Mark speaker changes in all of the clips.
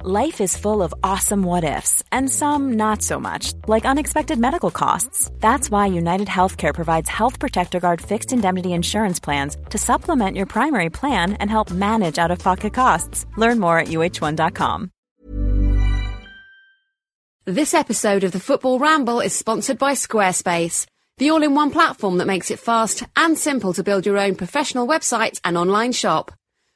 Speaker 1: Life is full of awesome what ifs, and some not so much, like unexpected medical costs. That's why United Healthcare provides Health Protector Guard fixed indemnity insurance plans to supplement your primary plan and help manage out of pocket costs. Learn more at uh1.com.
Speaker 2: This episode of the Football Ramble is sponsored by Squarespace, the all in one platform that makes it fast and simple to build your own professional website and online shop.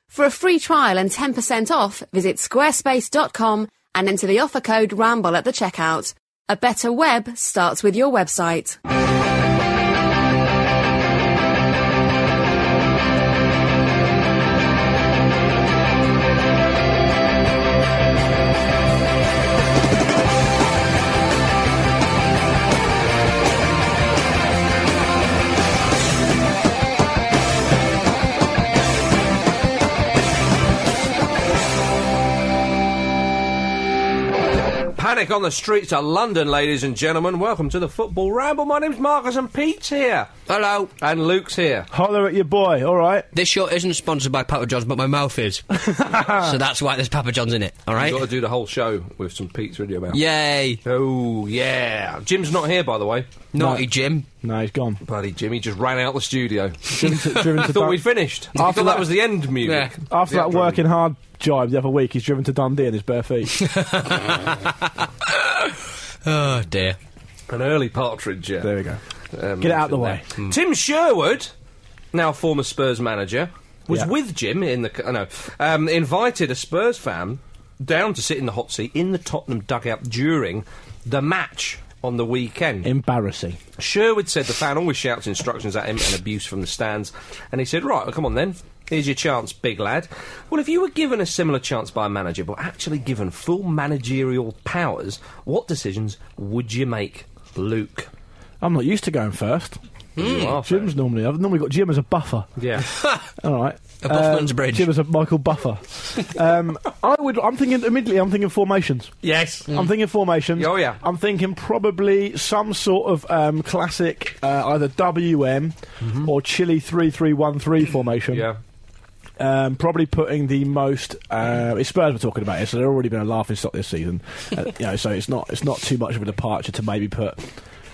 Speaker 2: For a free trial and 10% off, visit squarespace.com and enter the offer code RAMBLE at the checkout. A better web starts with your website.
Speaker 3: Panic on the streets of London, ladies and gentlemen. Welcome to the Football Ramble. My name's Marcus and Pete's here.
Speaker 4: Hello.
Speaker 3: And Luke's here.
Speaker 5: Holler at your boy, all right?
Speaker 4: This show isn't sponsored by Papa John's, but my mouth is. so that's why there's Papa John's in it. All right.
Speaker 3: You've got to do the whole show with some pizza in your mouth.
Speaker 4: Yay.
Speaker 3: Oh, yeah. Jim's not here, by the way.
Speaker 4: Naughty Jim.
Speaker 5: No, he's gone.
Speaker 3: Bloody Jimmy just ran out the studio.
Speaker 5: Driven to, driven to
Speaker 3: thought
Speaker 5: Dun-
Speaker 3: we'd finished. I
Speaker 5: After
Speaker 3: thought that
Speaker 5: that-
Speaker 3: was the end music.
Speaker 4: Yeah.
Speaker 5: After
Speaker 3: The
Speaker 5: that
Speaker 3: outro
Speaker 5: working
Speaker 3: music.
Speaker 5: hard jibe the other week, he's driven to Dundee in his bare feet.
Speaker 4: Oh dear.
Speaker 3: An early partridge, yeah.
Speaker 5: there we go.
Speaker 3: Um,
Speaker 5: Get it out the way.
Speaker 3: Tim Sherwood, now former Spurs manager, was
Speaker 5: Yeah.
Speaker 3: with Jim in the. c- I know. Um, invited a Spurs fan down to sit in the hot seat in the Tottenham dugout during the match on the weekend.
Speaker 5: Embarrassing.
Speaker 3: Sherwood said the fan always shouts instructions at him and abuse from the stands, and he said, "Right, well, come on then." Here's your chance, big lad. Well, if you were given a similar chance by a manager, but actually given full managerial powers, what decisions would you make, Luke?
Speaker 5: I'm not used to going first.
Speaker 3: You are
Speaker 5: Jim's normally. I've normally got Jim as a buffer.
Speaker 3: Yeah.
Speaker 5: All right. Um,
Speaker 4: A Buffman's Bridge.
Speaker 5: Jim as a Michael Buffer. um, I would. I'm thinking immediately. I'm thinking formations.
Speaker 3: yes.
Speaker 4: Mm.
Speaker 5: I'm thinking formations.
Speaker 3: Oh, yeah.
Speaker 5: I'm thinking probably some sort of um, classic uh, either WM
Speaker 4: Mm-hmm.
Speaker 5: or Chile three three one three formation.
Speaker 3: Yeah.
Speaker 5: um, probably putting the most. Uh, it's Spurs we're talking about here, so they've already been a laughing stock this season. uh, you know, so it's not it's not too much of a departure to maybe put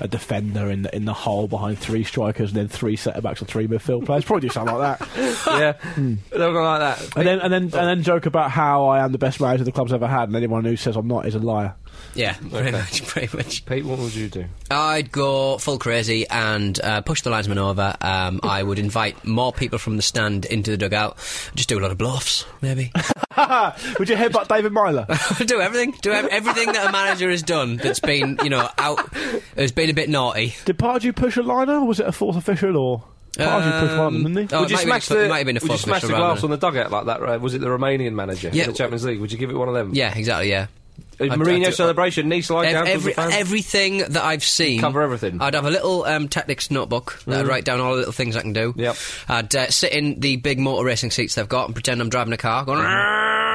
Speaker 5: a defender in the, in the hole behind three strikers and then three centre backs or three midfield players. Probably do something like that,
Speaker 3: yeah. They're not like that.
Speaker 5: Hmm. and then and then and then joke about how I am the best manager the club's ever had, and anyone who says I'm not is a liar.
Speaker 4: Yeah. Pretty much. Pretty much.
Speaker 3: Pete, what would you do?
Speaker 4: I'd go full crazy and uh, push the linesman over. Um, I would invite more people from the stand into the dugout. Just do a lot of bluffs, maybe.
Speaker 5: Would you headbutt David Myler?
Speaker 4: do everything. Do ev- everything that a manager has done that's been, you know, out has been a bit naughty.
Speaker 5: Did Pardew push a liner, or was it a fourth official, or Pardew pushed one, of them, didn't he?
Speaker 4: oh,
Speaker 3: would
Speaker 4: it
Speaker 3: you smash
Speaker 4: might have been a fo-
Speaker 3: the,
Speaker 4: it might have been a
Speaker 3: would you
Speaker 4: fourth
Speaker 3: smash the
Speaker 4: official rather
Speaker 3: glass on
Speaker 4: than-
Speaker 3: the dugout like that? Right? Was it the Romanian manager
Speaker 4: Yeah.
Speaker 3: in the Champions League? Would you give it one of them?
Speaker 4: Yeah, exactly. Yeah.
Speaker 3: A
Speaker 4: I'd-
Speaker 3: Mourinho
Speaker 4: I'd do-
Speaker 3: celebration, knee slide
Speaker 4: Ev-
Speaker 3: down to
Speaker 4: every,
Speaker 3: the fan.
Speaker 4: everything that I've seen.
Speaker 3: cover everything. Mm.
Speaker 4: I'd have a little um, tactics notebook that I'd write down all the little things I can do.
Speaker 3: Yep.
Speaker 4: I'd uh, sit in the big motor racing seats they've got and pretend I'm driving a car.
Speaker 3: Mm-hmm.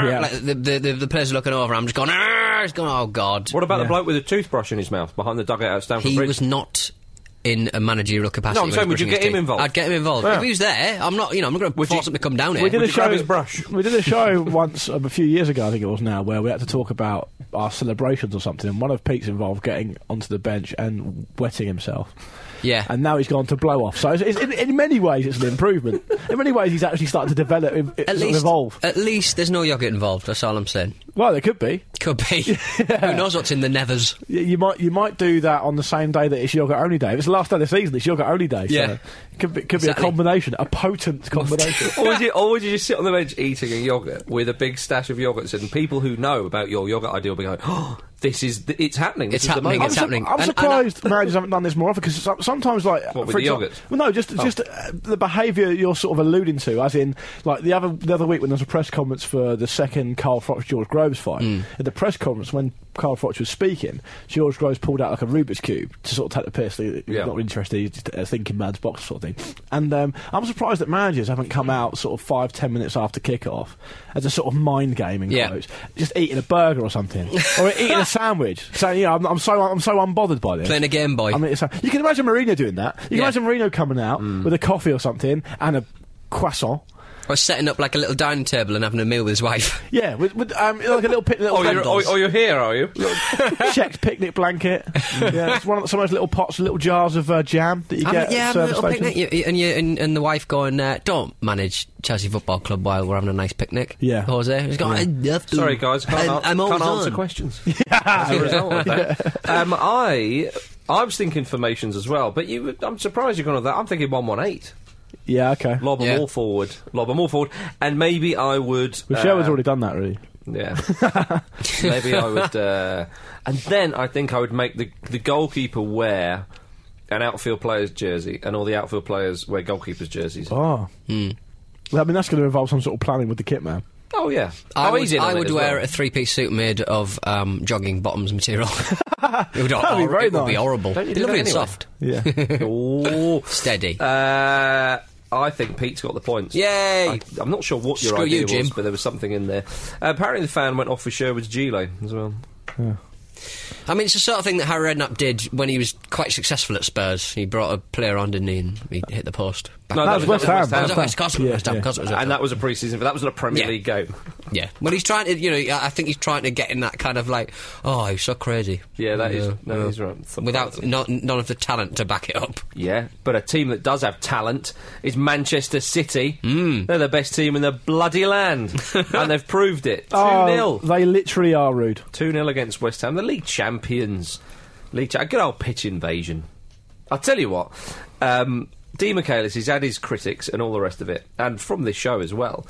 Speaker 4: Going, yeah. like the, the, the, the players are looking over. I'm just going, "Arrgh," just going oh, God.
Speaker 3: What about the bloke with a toothbrush in his mouth behind the dugout at Stamford
Speaker 4: he
Speaker 3: Bridge?
Speaker 4: was not. In a managerial capacity.
Speaker 3: No, I'm
Speaker 4: when
Speaker 3: saying,
Speaker 4: he
Speaker 3: would
Speaker 4: was
Speaker 3: you get
Speaker 4: brushing his
Speaker 3: him
Speaker 4: teeth.
Speaker 3: involved?
Speaker 4: I'd get him involved.
Speaker 3: Yeah.
Speaker 4: If he was there, I'm not. You know, I'm not going to
Speaker 3: Would
Speaker 4: force
Speaker 3: you-
Speaker 4: him to come down
Speaker 5: We
Speaker 4: here.
Speaker 5: did
Speaker 3: Would
Speaker 5: a
Speaker 3: you
Speaker 5: show.
Speaker 3: grab his brush?
Speaker 5: We did a show once um, a few years ago, I think it was now, where we had to talk about our celebrations or something, and one of Pete's involved getting onto the bench and wetting himself.
Speaker 4: Yeah.
Speaker 5: And now he's gone to blow off. So it's, it's, in, in many ways, it's an improvement. in many ways, he's actually started to develop, ev- sort
Speaker 4: at
Speaker 5: of
Speaker 4: least,
Speaker 5: evolve.
Speaker 4: at least there's no yogurt involved. That's all I'm saying.
Speaker 5: Well, there could be.
Speaker 4: Could be. Who knows what's in the nevers?
Speaker 5: Y- You might you might do that on the same day that it's yoga only day. If it's the last day of the season, it's yoga only day.
Speaker 4: Yeah.
Speaker 5: So it could be, could
Speaker 4: Exactly.
Speaker 5: be a combination, a potent combination.
Speaker 3: or, would you, or would you just sit on the bench eating a yogurt with a big stash of yogurts and people who know about your yogurt idea will be going, oh, this is, th- it's happening. This
Speaker 4: It's
Speaker 3: is the
Speaker 4: happening,
Speaker 3: moment."
Speaker 4: it's
Speaker 5: I'm, su-
Speaker 4: happening.
Speaker 5: I'm
Speaker 4: And- and I-
Speaker 5: surprised managers haven't done this more often because sometimes, like,
Speaker 3: What, with
Speaker 5: for
Speaker 3: the
Speaker 5: example-
Speaker 3: yogurt?
Speaker 5: Well, no,
Speaker 4: Oh.
Speaker 5: just just uh, the behaviour you're sort of alluding to, as in, like the other the other week when there was a press conference for the second Carl Froch George Groves fight.
Speaker 4: Mm.
Speaker 5: At the press conference when Carl Froch was speaking, George Groves pulled out like a Rubik's cube to sort of take the piss. He- He's
Speaker 3: Yeah.
Speaker 5: not interested. He's just uh, thinking man's box sort of thing. And um, I'm surprised that managers haven't come out sort of five ten minutes after kickoff as a sort of mind game in
Speaker 4: Yeah.
Speaker 5: quotes just eating a burger or something, or eating a sandwich. Saying, "Yeah, I'm, I'm so I'm so unbothered by this."
Speaker 4: Playing a Game Boy.
Speaker 5: I mean, it's, you can imagine Mourinho doing that. You can
Speaker 4: Yeah.
Speaker 5: imagine Mourinho coming out with a coffee or something and a croissant.
Speaker 4: Or setting up like a little dining table and having a meal with his wife.
Speaker 5: Yeah, with, with um, like a little pic, little
Speaker 3: Oh, you're, oh,
Speaker 5: candles.
Speaker 3: oh, you're here, are you?
Speaker 5: checked picnic blanket. yeah, it's one of some of those little pots, little jars of uh, jam that you
Speaker 4: Having-
Speaker 5: get.
Speaker 4: yeah,
Speaker 5: at
Speaker 4: having a
Speaker 5: service
Speaker 4: little
Speaker 5: stations.
Speaker 4: picnic. You, you- and, you, and, and the wife going, uh, don't manage Chelsea Football Club while we're having a nice picnic.
Speaker 5: Yeah.
Speaker 4: Jose. He's going, I have to.
Speaker 3: Sorry, guys, can't,
Speaker 4: I'm,
Speaker 3: an-
Speaker 4: I'm always
Speaker 3: can't answer
Speaker 4: on.
Speaker 3: questions. As a result of that. Um, I, I was thinking formations as well, but you, I'm surprised you're going to that. I'm thinking 118.
Speaker 5: Yeah, okay.
Speaker 3: Lob them
Speaker 4: Yeah.
Speaker 3: all forward. Lob them all forward. And maybe I would.
Speaker 5: Well, Sherwood's
Speaker 3: uh,
Speaker 5: already done that, really.
Speaker 3: Yeah. Maybe I would. Uh, and then I think I would make the the goalkeeper wear an outfield player's jersey, and all the outfield players wear goalkeepers' jerseys. Oh,
Speaker 5: Oh. Well, I mean, that's going to involve some sort of planning with the kit man.
Speaker 3: yeah.
Speaker 4: I
Speaker 3: oh,
Speaker 4: would,
Speaker 3: he's in on
Speaker 4: I
Speaker 3: it
Speaker 4: would
Speaker 3: as
Speaker 4: wear
Speaker 3: well.
Speaker 4: a three-piece suit made of um, jogging bottoms material. it would, hor-
Speaker 5: That'd be very
Speaker 4: it would be
Speaker 5: nice.
Speaker 4: horrible.
Speaker 3: Don't you
Speaker 4: Be
Speaker 3: do that
Speaker 4: lovely and
Speaker 3: anyway?
Speaker 4: soft.
Speaker 3: Ooh.
Speaker 5: Yeah.
Speaker 4: Steady.
Speaker 3: Uh, I think Pete's got the points.
Speaker 4: Yay!
Speaker 3: I, I'm not sure what your
Speaker 4: Screw
Speaker 3: idea
Speaker 4: you, Jim.
Speaker 3: was, but there was something in there. Uh, apparently, the fan went off for Sherwood's Gile as well.
Speaker 4: I mean, it's the sort of thing that Harry Redknapp did when he was quite successful at Spurs. He brought a player on, didn't he? And he hit the post. Back
Speaker 3: No,
Speaker 5: that was West Ham.
Speaker 4: That was
Speaker 5: West Ham.
Speaker 4: West Ham.
Speaker 5: Yeah,
Speaker 4: West Ham,
Speaker 5: yeah.
Speaker 4: Cosworth was West
Speaker 3: And
Speaker 4: Ham.
Speaker 3: that was a pre-season, but that was not a Premier
Speaker 4: Yeah.
Speaker 3: League game.
Speaker 4: Yeah. Well, he's trying to, you know, I I think he's trying to get in that kind of like, oh, he's so crazy.
Speaker 3: Yeah, that is. No,
Speaker 4: yeah.
Speaker 3: he's right. Something
Speaker 4: Without
Speaker 3: like
Speaker 4: not, none of the talent to back it up.
Speaker 3: Yeah, but a team that does have talent is Manchester City. Mm. They're the best team in the bloody land, and they've proved it. 2
Speaker 5: Oh,
Speaker 3: 0.
Speaker 5: they literally are rude.
Speaker 3: 2 0 against West Ham, the league champions. League cha- good old pitch invasion. I'll tell you what, um, Di Michaelis, he's had his critics and all the rest of it, and from this show as well.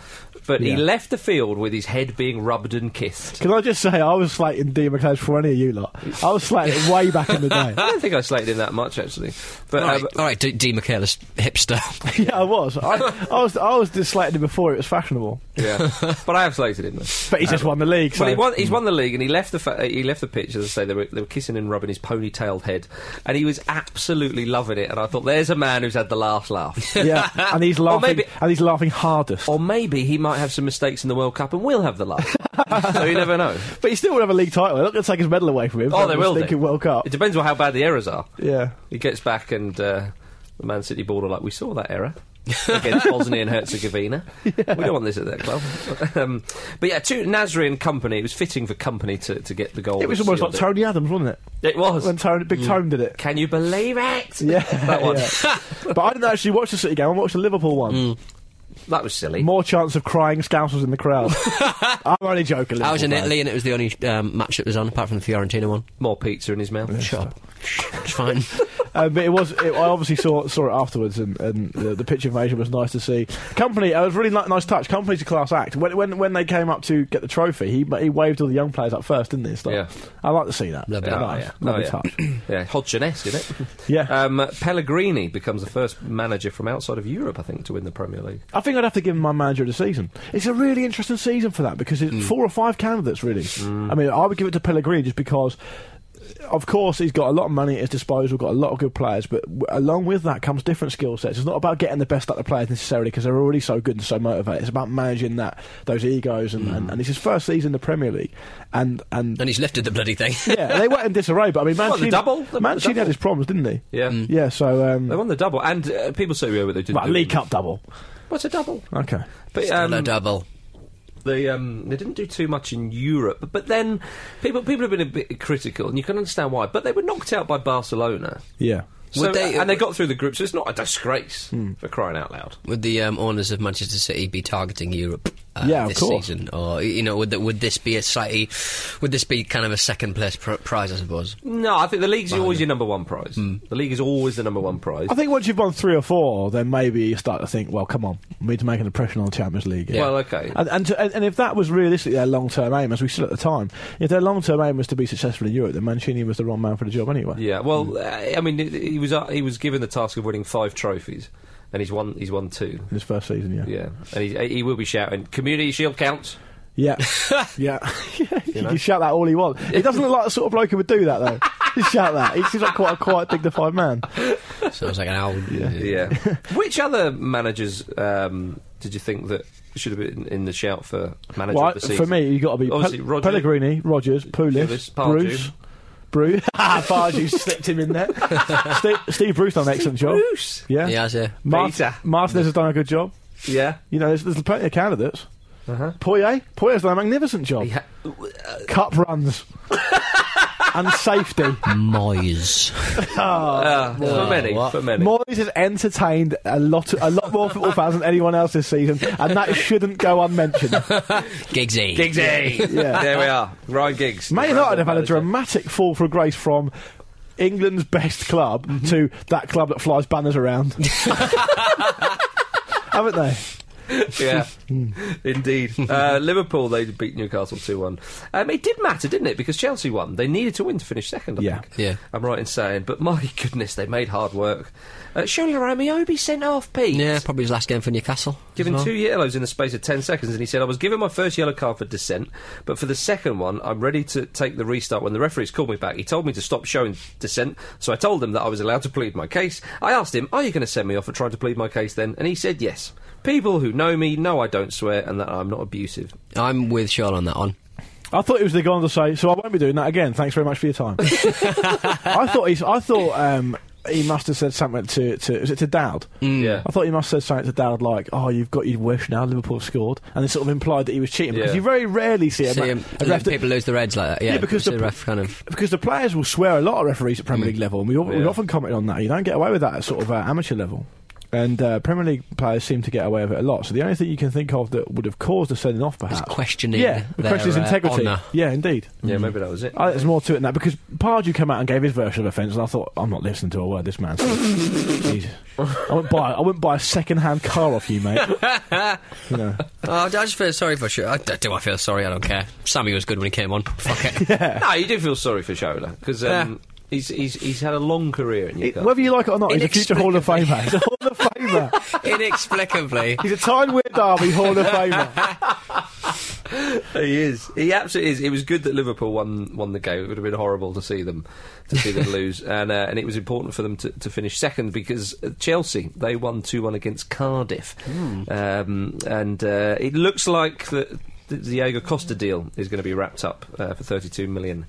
Speaker 3: But he
Speaker 5: Yeah.
Speaker 3: left the field with his head being rubbed and kissed.
Speaker 5: Can I just say, I was slating Dean McLeish for any of you lot. I was slating it way back in the day.
Speaker 3: I don't think I slated him that much, actually. But
Speaker 4: All right,
Speaker 3: um,
Speaker 4: all right, D, D. Michaelis, hipster.
Speaker 5: Yeah, I was. I, I was. I was just slating him before it was fashionable.
Speaker 3: yeah, but I have slated him. though.
Speaker 5: But he's just won the league. So.
Speaker 3: Well, he won, he's won the league, and he left the fa- he left the pitch. As I say, they were, they were kissing and rubbing his ponytailed head, and he was absolutely loving it. And I thought, there's a man who's had the last laugh.
Speaker 5: Yeah, and he's laughing.
Speaker 3: maybe-
Speaker 5: and he's laughing hardest.
Speaker 3: or maybe he might have some mistakes in the World Cup, and we'll have the laugh. so you never know.
Speaker 5: But he still would have a league title. They're not going to take his medal away from him.
Speaker 3: Oh, they will. do.
Speaker 5: Thinking World Cup.
Speaker 3: It depends on how bad the errors are.
Speaker 5: Yeah.
Speaker 3: He gets back, and uh, the Man City board are like, we saw that error. against Bosnia and Herzegovina. We don't want this at that club. um, but yeah, two, Nasri and company. It was fitting for company to, to get the goal.
Speaker 5: It was
Speaker 3: that
Speaker 5: almost like
Speaker 3: sealed
Speaker 5: Tony Adams, wasn't it?
Speaker 3: It It was.
Speaker 5: When Tony, Big Tony did it.
Speaker 3: Can you believe it?
Speaker 5: Yeah,
Speaker 3: that one.
Speaker 5: yeah. but I didn't actually watch the City game. I watched the Liverpool one.
Speaker 3: Mm. That was silly.
Speaker 5: More chance of crying scoundrels in the crowd. I'm only joking.
Speaker 4: I was in
Speaker 5: Liverpool
Speaker 4: Italy and it was the only um, match that was on, apart from the Fiorentina one.
Speaker 3: More pizza in his mouth.
Speaker 4: Shop. It's fine.
Speaker 5: fan. Um, but it was. It, I obviously saw saw it afterwards, and, and the, the pitch invasion was nice to see. Company, it was really ni- nice touch. Company's a class act. When, when when they came up to get the trophy, he he waved all the young players up first, didn't he? and stuff?
Speaker 3: Yeah.
Speaker 5: I like to see that.
Speaker 4: Lovely.
Speaker 5: Yeah,
Speaker 4: Oh,
Speaker 5: nice.
Speaker 3: yeah.
Speaker 5: Lovely
Speaker 3: Oh, yeah.
Speaker 5: touch.
Speaker 3: Yeah, Hodgson-esque, isn't it?
Speaker 5: Yeah.
Speaker 3: Um, Pellegrini becomes the first manager from outside of Europe, I think, to win the Premier League.
Speaker 5: I think I'd have to give him my manager of the season. It's a really interesting season for that because it's
Speaker 3: Hmm.
Speaker 5: four or five candidates, really. I mean, I would give it to Pellegrini just because, of course, he's got a lot of money at his disposal, got a lot of good players, but w- along with that comes different skill sets. It's not about getting the best out of the players necessarily because they're already so good and so motivated. It's about managing that those egos, and,
Speaker 3: Hmm.
Speaker 5: and, and it's his first season in the Premier League, and and.
Speaker 4: and he's lifted the bloody thing.
Speaker 5: yeah, they went in disarray, but I mean,
Speaker 3: Well,
Speaker 5: Mancini,
Speaker 3: the double, the
Speaker 5: Mancini
Speaker 3: double.
Speaker 5: had his problems, didn't he?
Speaker 3: Yeah.
Speaker 4: Mm.
Speaker 5: Yeah, so um,
Speaker 3: They won the double, and uh, people say yeah, but they didn't.
Speaker 5: well,
Speaker 3: do it.
Speaker 5: League Cup double.
Speaker 3: What's a double?
Speaker 5: Okay,
Speaker 3: But
Speaker 4: Still a
Speaker 3: um,
Speaker 4: double.
Speaker 3: they um, they didn't do too much in Europe. But then people people have been a bit critical, and you can understand why. But they were knocked out by Barcelona.
Speaker 5: yeah.
Speaker 3: So,
Speaker 4: Would they- Hmm.
Speaker 3: and they got through the group, so it's not a disgrace for crying out loud.
Speaker 4: Would the um, owners of Manchester City be targeting Europe uh,
Speaker 5: Yeah, of
Speaker 4: this
Speaker 5: course.
Speaker 4: season, or you know, would, th- would this be a slightly, would this be kind of a second place pr- prize? I suppose.
Speaker 3: No, I think the league's always your number one prize.
Speaker 4: Hmm.
Speaker 3: The league is always the number one prize.
Speaker 5: I think once you've won three or four, then maybe you start to think, well, come on, we need to make an impression on the Champions League.
Speaker 4: Yeah.
Speaker 3: Well, okay.
Speaker 5: And, and, to, and, and if that was realistically their long term aim, as we said at the time, if their long term aim was to be successful in Europe, then Mancini was the wrong man for the job anyway.
Speaker 3: Yeah, well,
Speaker 4: Hmm.
Speaker 3: uh, I mean, it- he was uh, he was given the task of winning five trophies, and he's won he's won two.
Speaker 5: In his first season, yeah.
Speaker 3: Yeah, and he, he will be shouting, "Community Shield counts."
Speaker 5: Yeah. Yeah. He can shout that all he wants. He doesn't look like the sort of bloke who would do that, though. Just shout that. He seems like quite a quiet, dignified man.
Speaker 4: Sounds like an owl.
Speaker 3: Yeah. Which other managers um, did you think that should have been in the shout for manager
Speaker 5: Well,
Speaker 3: of the season?
Speaker 5: for me, you've got to be
Speaker 3: Obviously,
Speaker 5: Pe-
Speaker 3: Rodri-
Speaker 5: Pellegrini, Rogers,
Speaker 3: Pulis,
Speaker 5: Pulis,
Speaker 3: Pardew.
Speaker 5: Bruce. Bruce. Pardew slipped him in there. Steve, Steve Bruce done an excellent job.
Speaker 3: Bruce.
Speaker 5: Yeah.
Speaker 4: He has, yeah.
Speaker 5: Mart-
Speaker 3: Peter.
Speaker 5: Martinez has done a good job.
Speaker 3: Yeah.
Speaker 5: You know, there's, there's plenty of candidates.
Speaker 3: Uh-huh.
Speaker 5: Poyet, Poyet's done a magnificent job.
Speaker 3: Yeah.
Speaker 5: Cup runs and safety.
Speaker 4: Mm. Moyes.
Speaker 3: Uh, for many,
Speaker 4: what?
Speaker 3: for many.
Speaker 5: Moyes has entertained a lot, a lot more football fans than anyone else this season, and that shouldn't go unmentioned.
Speaker 4: Giggsy.
Speaker 3: Giggsy.
Speaker 5: Yeah.
Speaker 3: There we are. Ryan Giggs.
Speaker 5: Man
Speaker 3: The
Speaker 5: United have had a
Speaker 3: manager.
Speaker 5: dramatic fall from grace from England's best club
Speaker 3: Mm-hmm.
Speaker 5: to that club that flies banners around. Haven't they?
Speaker 3: yeah, indeed. Uh, Liverpool they beat Newcastle two one. Um, it did matter, didn't it? Because Chelsea won. They needed to win to finish second. I
Speaker 5: Yeah.
Speaker 3: think.
Speaker 4: Yeah.
Speaker 3: I'm right in saying. But my goodness, they made hard work. Uh, Surely Romeo sent off Pete.
Speaker 4: Yeah, probably his last game for Newcastle. as
Speaker 3: Given
Speaker 4: well.
Speaker 3: two yellows in the space of 10 seconds, and he said, I was given my first yellow card for dissent, but for the second one, I'm ready to take the restart. When the referees called me back, he told me to stop showing dissent, so I told him that I was allowed to plead my case. I asked him, Are you going to send me off for trying to plead my case then? And he said, Yes. People who know me know I don't swear and that I'm not abusive.
Speaker 4: I'm with Sean on that one.
Speaker 5: I thought it was the guy on to say, so I won't be doing that again. Thanks very much for your time. I thought he's, I thought um, he must have said something to, to was it to Dowd?
Speaker 3: Yeah.
Speaker 5: Hmm. I thought he must have said something to Dowd like, "Oh, you've got your wish now. Liverpool scored," and it sort of implied that he was cheating because
Speaker 3: Yeah.
Speaker 5: you very rarely see a,
Speaker 4: See,
Speaker 5: ma-
Speaker 4: um,
Speaker 5: a ref that-
Speaker 4: people lose their heads like that. Yeah,
Speaker 5: Yeah, because
Speaker 4: see
Speaker 5: the-
Speaker 4: the ref kind of. Mm.
Speaker 5: because the players will swear a lot at referees at Premier League level, and we, al- we
Speaker 3: Yeah.
Speaker 5: often comment on that. You don't get away with that at sort of uh, amateur level. And uh, Premier League players seem to get away with it a lot. So the only thing you can think of that would have caused a sending off, perhaps,
Speaker 4: questioning
Speaker 5: yeah, the
Speaker 4: their,
Speaker 5: question is
Speaker 4: uh,
Speaker 5: integrity.
Speaker 4: honour.
Speaker 5: yeah, indeed. Mm.
Speaker 3: Yeah, maybe that was it.
Speaker 5: I think there's more to it than that because Pardew came out and gave his version of offence, and I thought, I'm not listening to a word this man says. Jesus. I wouldn't buy, I wouldn't buy a second-hand car off you, mate. You know.
Speaker 4: Oh, I just feel sorry for sure. I, d- do I feel sorry? I don't care. Sammy was good when he came on. Fuck it.
Speaker 3: no, you do feel sorry for Shola, because um, he's, he's, he's had a long career in Newcastle.
Speaker 5: Whether you like it or not, he's a future Hall of Famer. He's a Hall of Famer.
Speaker 4: Inexplicably.
Speaker 5: He's a Tyne Weir Derby Hall of Famer.
Speaker 3: He is. He absolutely is. It was good that Liverpool won won the game. It would have been horrible to see them to see them lose, and uh, and it was important for them to, to finish second because uh, Chelsea they won two one against Cardiff,
Speaker 4: Hmm.
Speaker 3: um, and uh, it looks like the, the Diego Costa deal is going to be wrapped up uh, for thirty two million.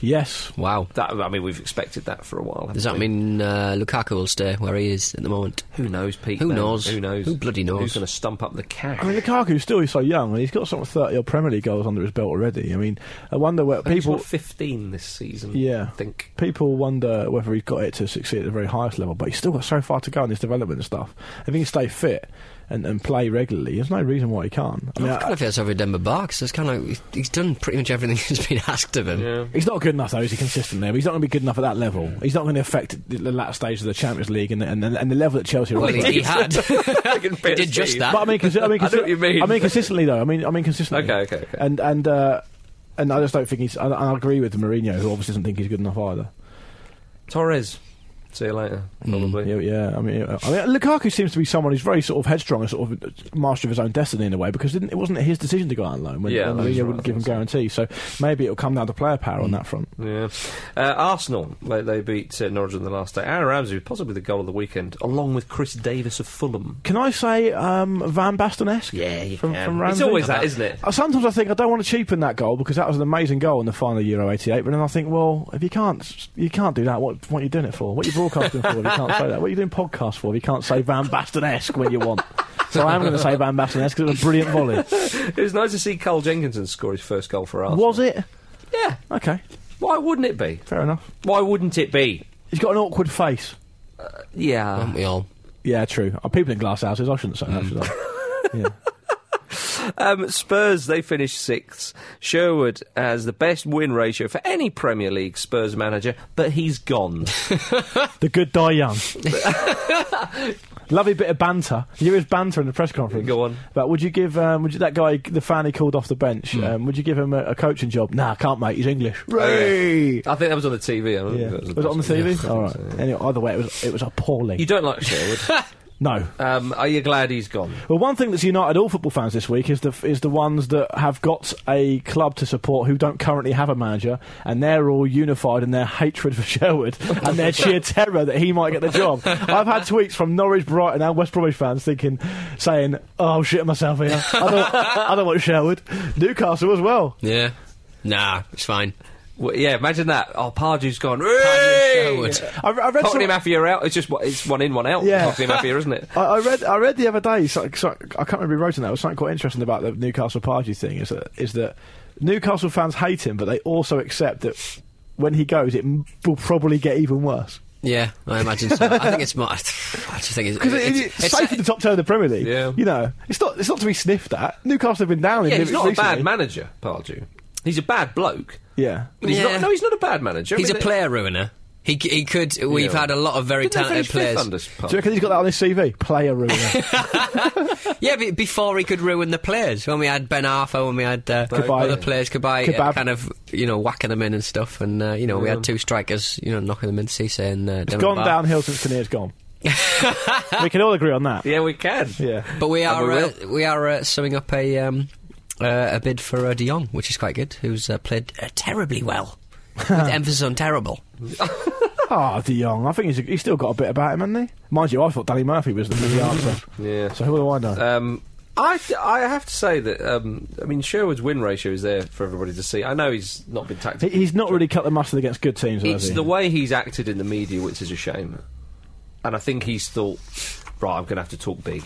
Speaker 5: Yes.
Speaker 4: Wow.
Speaker 3: That I mean we've expected that for a while. haven't
Speaker 4: Does that
Speaker 3: we?
Speaker 4: mean uh, Lukaku will stay where he is at the moment?
Speaker 3: who knows, Pete?
Speaker 4: Who
Speaker 3: man?
Speaker 4: knows?
Speaker 3: Who knows?
Speaker 4: Who bloody knows?
Speaker 3: Who's going to stump up the cash?
Speaker 5: I mean, Lukaku's still so young, and he's got sort of 30 odd Premier League goals under his belt already. I mean, I wonder where
Speaker 3: He's
Speaker 5: people
Speaker 3: got fifteen this season.
Speaker 5: Yeah.
Speaker 3: I think.
Speaker 5: people wonder whether he's got it to succeed at the very highest level, but he's still got so far to go in his development and stuff. If he can stay fit and, and play regularly, there's no reason why he can't. I mean,
Speaker 4: I've kind
Speaker 5: I-
Speaker 4: of feels sorry for Denver Barks. It's kind of he's done pretty much everything that's been asked of him.
Speaker 3: Yeah.
Speaker 5: He's not good enough, though, is he, consistently? He's not going to be good enough at that level. He's not going to affect the, the latter stages of the Champions League and, and, and the level that Chelsea are
Speaker 4: Well,
Speaker 5: on.
Speaker 4: he, he had.
Speaker 3: I can
Speaker 4: he did just
Speaker 3: see.
Speaker 4: that.
Speaker 5: But I mean, consi- I mean,
Speaker 3: I know what you mean.
Speaker 5: I mean consistently though. I mean, I mean consistently.
Speaker 3: Okay, okay, okay.
Speaker 5: And and uh, and I just don't think he's. I, I agree with Mourinho, who obviously doesn't think he's good enough either.
Speaker 3: Torres. See you later.
Speaker 5: Hmm.
Speaker 3: Probably.
Speaker 5: Yeah, yeah. I mean, I mean, Lukaku seems to be someone who's very sort of headstrong and sort of uh, master of his own destiny in a way because didn't, it wasn't his decision to go out on loan when,
Speaker 3: Yeah,
Speaker 5: when
Speaker 3: that's
Speaker 5: Mourinho
Speaker 3: right, Mm. I
Speaker 5: wouldn't give him
Speaker 3: think so.
Speaker 5: guarantees. So maybe it'll come down to player power on that front.
Speaker 3: Yeah. Uh, Arsenal, they, they beat uh, Norwich on the last day. Aaron Ramsey was possibly the goal of the weekend, along with Chris Davis of Fulham.
Speaker 5: Can I say um, Van Basten-esque?
Speaker 3: Yeah, you
Speaker 5: From-
Speaker 3: can.
Speaker 5: from
Speaker 3: It's
Speaker 5: Ramsey?
Speaker 3: always that, isn't it?
Speaker 5: Uh, Sometimes I think I don't want to cheapen that goal because that was an amazing goal in the final Euro '88. But then I think, well, if you can't, you can't do that. What, what are you doing it for? What are you broadcasting for? If you can't say that, what are you doing podcasts for? If you can't say Van Basten-esque when you want. So I am going to say Van Basten-esque because it was a brilliant volley.
Speaker 3: It was nice to see Carl Jenkinson score his first goal for Arsenal.
Speaker 5: Was it?
Speaker 3: Yeah.
Speaker 5: Okay,
Speaker 3: Why wouldn't it be?
Speaker 5: fair enough.
Speaker 3: Why wouldn't it be? Um,
Speaker 5: He's got an awkward face.
Speaker 3: Yeah.
Speaker 4: Aren't we all?
Speaker 5: Yeah, true. Uh, people in glass houses. I shouldn't say that, should I? Yeah.
Speaker 3: Um, Spurs, they finished sixth. Sherwood has the best win ratio for any Premier League Spurs manager, but he's gone.
Speaker 5: The good die young. Lovely bit of banter. You was banter in the press conference.
Speaker 3: Go on.
Speaker 5: But would you give um, would you, that guy the fan he called off the bench?
Speaker 3: Hmm.
Speaker 5: Um, would you give him a, a coaching job? Nah, I can't mate. He's English.
Speaker 3: Oh,
Speaker 5: Ray!
Speaker 3: I think that was on the TV. I don't
Speaker 5: Yeah.
Speaker 3: think
Speaker 5: Was
Speaker 3: that
Speaker 5: it on the TV? All right.
Speaker 3: So,
Speaker 5: Anyway, either way, it was it was appalling.
Speaker 3: You don't like Sherwood.
Speaker 5: no.
Speaker 3: um, are you glad he's gone?
Speaker 5: Well, one thing that's united all football fans this week is the is the ones that have got a club to support who don't currently have a manager, and they're all unified in their hatred for Sherwood and their sheer terror that he might get the job. I've had tweets from Norwich, Brighton, and West Bromwich fans thinking, saying, "Oh, I'm shitting myself here. I don't, I don't want Sherwood." Newcastle as well.
Speaker 4: Yeah. Nah, it's fine.
Speaker 3: Well, yeah, imagine that. Oh, Pardew's gone.
Speaker 4: Pardew's
Speaker 3: Hey!
Speaker 4: out.
Speaker 5: I, I read
Speaker 3: Cockney
Speaker 5: some-
Speaker 3: Mafia are out. It's just one- it's one in, one out.
Speaker 5: Yeah.
Speaker 3: Cockney Mafia, isn't it?
Speaker 5: I, I read I read the other day. So, so I can't remember who wrote on that. It was something quite interesting about the Newcastle party thing. Is that is that Newcastle fans hate him, but they also accept that when he goes, it m- will probably get even worse
Speaker 4: Yeah, I imagine so. I think it's more. I just think it's.
Speaker 5: because it,
Speaker 4: it's,
Speaker 5: it's, safe in the top ten of the Premier League.
Speaker 3: Yeah.
Speaker 5: you know, it's not it's not to be sniffed at. Newcastle have been down.
Speaker 3: Yeah,
Speaker 5: in
Speaker 3: he's not a
Speaker 5: recently.
Speaker 3: bad manager, Pardew. He's a bad bloke.
Speaker 5: Yeah,
Speaker 3: But he's
Speaker 4: Yeah.
Speaker 3: not, no, he's not a bad manager. I
Speaker 4: he's a
Speaker 3: mean,
Speaker 4: player ruiner. He, c- he could. We've
Speaker 3: Yeah.
Speaker 4: had a lot of very
Speaker 3: Didn't they
Speaker 4: talented
Speaker 3: finish fifth
Speaker 4: players.
Speaker 3: under Pardew?
Speaker 5: do you reckon he's got that on his CV? Player ruler.
Speaker 4: Yeah, but before he could ruin the players, when we had Ben Arfa, when we had uh,
Speaker 5: Kabay.
Speaker 4: other players, Kabay, uh,
Speaker 5: Kebab.
Speaker 4: kind of you know whacking them in and stuff, and uh, you know we
Speaker 3: Yeah.
Speaker 4: had two strikers, you know knocking them in, Cisse and uh,
Speaker 5: it's
Speaker 4: Dembele.
Speaker 5: gone downhill since Kinnear's gone. we can all agree on that.
Speaker 3: Yeah, we can.
Speaker 5: Yeah.
Speaker 4: But we
Speaker 3: And
Speaker 4: are
Speaker 3: we
Speaker 4: we, uh,
Speaker 3: will.
Speaker 4: we are uh, summing up a um, uh, a bid for uh, De Jong, which is quite good. Who's uh, played uh, terribly well, with emphasis on terrible.
Speaker 5: Ah, De Jong. I think he's, he's still got a bit about him, hasn't he? Mind you, I thought Danny Murphy was the, the answer.
Speaker 3: Yeah.
Speaker 5: So who do I know?
Speaker 3: Um, I th- I have to say that um, I mean Sherwood's win ratio is there for everybody to see. I know he's not been
Speaker 5: He-
Speaker 3: tactical.
Speaker 5: he's not really cut the mustard against good teams, has
Speaker 3: it's
Speaker 5: he?
Speaker 3: the way he's acted in the media which is a shame, and I think he's thought right. I'm going to have to talk big.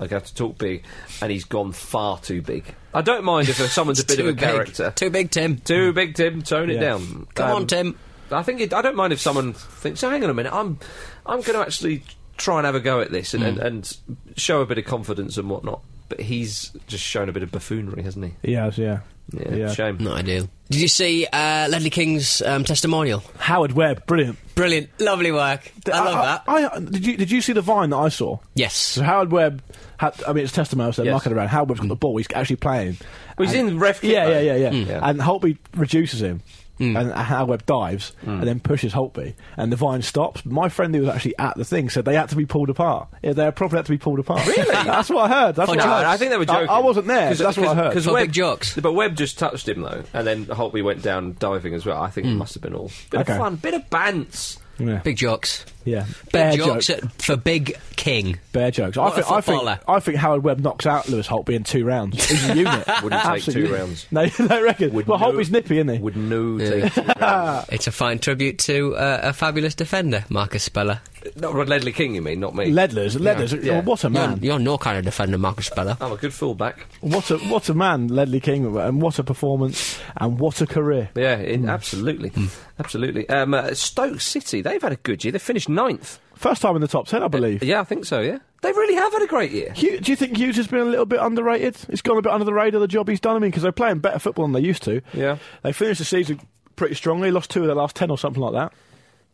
Speaker 3: I'm going to have to talk big, and he's gone far too big. I don't mind if someone's a bit of a
Speaker 4: big.
Speaker 3: character.
Speaker 4: Too big, Tim.
Speaker 3: Too big, Tim. Tone it
Speaker 5: Yeah.
Speaker 3: down.
Speaker 4: Come
Speaker 3: Um,
Speaker 4: on, Tim.
Speaker 3: I think it, I don't mind if someone thinks, "Hang on a minute, I'm I'm going to actually try and have a go at this and, and, and show a bit of confidence and whatnot." But he's just shown a bit of buffoonery, hasn't he?
Speaker 5: He has, yeah.
Speaker 3: Yeah, shame.
Speaker 4: Not ideal. Did you see uh, Ledley King's um, testimonial?
Speaker 5: Howard Webb, brilliant.
Speaker 4: Brilliant, lovely work. I love that.
Speaker 5: I, I- did, you, did you see the vine that I saw?
Speaker 4: Uh, yes.
Speaker 5: So Howard Webb, had, I mean, it's testimonial, so they're
Speaker 3: Yes.
Speaker 5: mucking around. Howard Webb's got the ball, he's actually playing.
Speaker 3: Well, he's
Speaker 5: And-
Speaker 3: in ref kit,
Speaker 5: Yeah,
Speaker 3: though.
Speaker 5: yeah, yeah, yeah.
Speaker 3: Mm. Yeah. Mm.
Speaker 5: And Holtby reduces him. And Howard Webb dives and then pushes Holtby, and the vine stops. My friend who was actually at the thing said they had to be pulled apart. Yeah, they probably had to be pulled apart. Really? that's what I heard. That's
Speaker 4: Oh,
Speaker 5: what
Speaker 4: no,
Speaker 5: I, heard.
Speaker 3: I think they were joking.
Speaker 5: I, wasn't there. But that's what I heard.
Speaker 4: For big jokes.
Speaker 3: But Webb just touched him though, and then Holtby went down diving as well. I
Speaker 4: Hmm.
Speaker 3: think it must have been all bit
Speaker 5: Okay.
Speaker 3: of fun, bit of bants.
Speaker 5: yeah.
Speaker 4: Big jokes.
Speaker 5: yeah.
Speaker 4: Big
Speaker 5: Bare
Speaker 4: jokes
Speaker 5: jokes.
Speaker 4: at- for Big King.
Speaker 5: Bare jokes. I
Speaker 4: What a
Speaker 5: think, I
Speaker 4: footballer.
Speaker 5: think I think Howard Webb knocks out Lewis Holtby in two rounds. He's a unit.
Speaker 3: Wouldn't take
Speaker 5: Absolute
Speaker 3: two
Speaker 5: unit.
Speaker 3: rounds.
Speaker 5: No, you don't reckon.
Speaker 3: Would
Speaker 5: well,
Speaker 3: no-
Speaker 5: Holtby's nippy, isn't he?
Speaker 3: Would no
Speaker 4: Yeah.
Speaker 3: take. not
Speaker 4: It's a fine tribute to uh, a fabulous defender, Marcus Speller.
Speaker 3: Rod Ledley King, you mean, not me.
Speaker 5: Ledlers, Ledlers.
Speaker 3: Yeah.
Speaker 5: oh, what a
Speaker 4: You're,
Speaker 5: man!
Speaker 4: you're no kind of defender, Marcus Speller.
Speaker 3: I'm a good fullback.
Speaker 5: What a what a man, Ledley King, and what a performance, and what a career.
Speaker 3: Yeah, it,
Speaker 5: Hmm.
Speaker 3: absolutely,
Speaker 4: Hmm.
Speaker 3: absolutely. Um, uh, Stoke City, they've had a good year. They finished ninth.
Speaker 5: First time in the top ten, I believe.
Speaker 3: Yeah, I think so. Yeah, they really have had a great year.
Speaker 5: Hugh- do you think Hughes has been a little bit underrated? It's gone a bit under the radar. The job he's done. I mean, because they're playing better football than they used to.
Speaker 3: Yeah.
Speaker 5: they finished the season pretty strongly. Lost two of their last ten or something like that.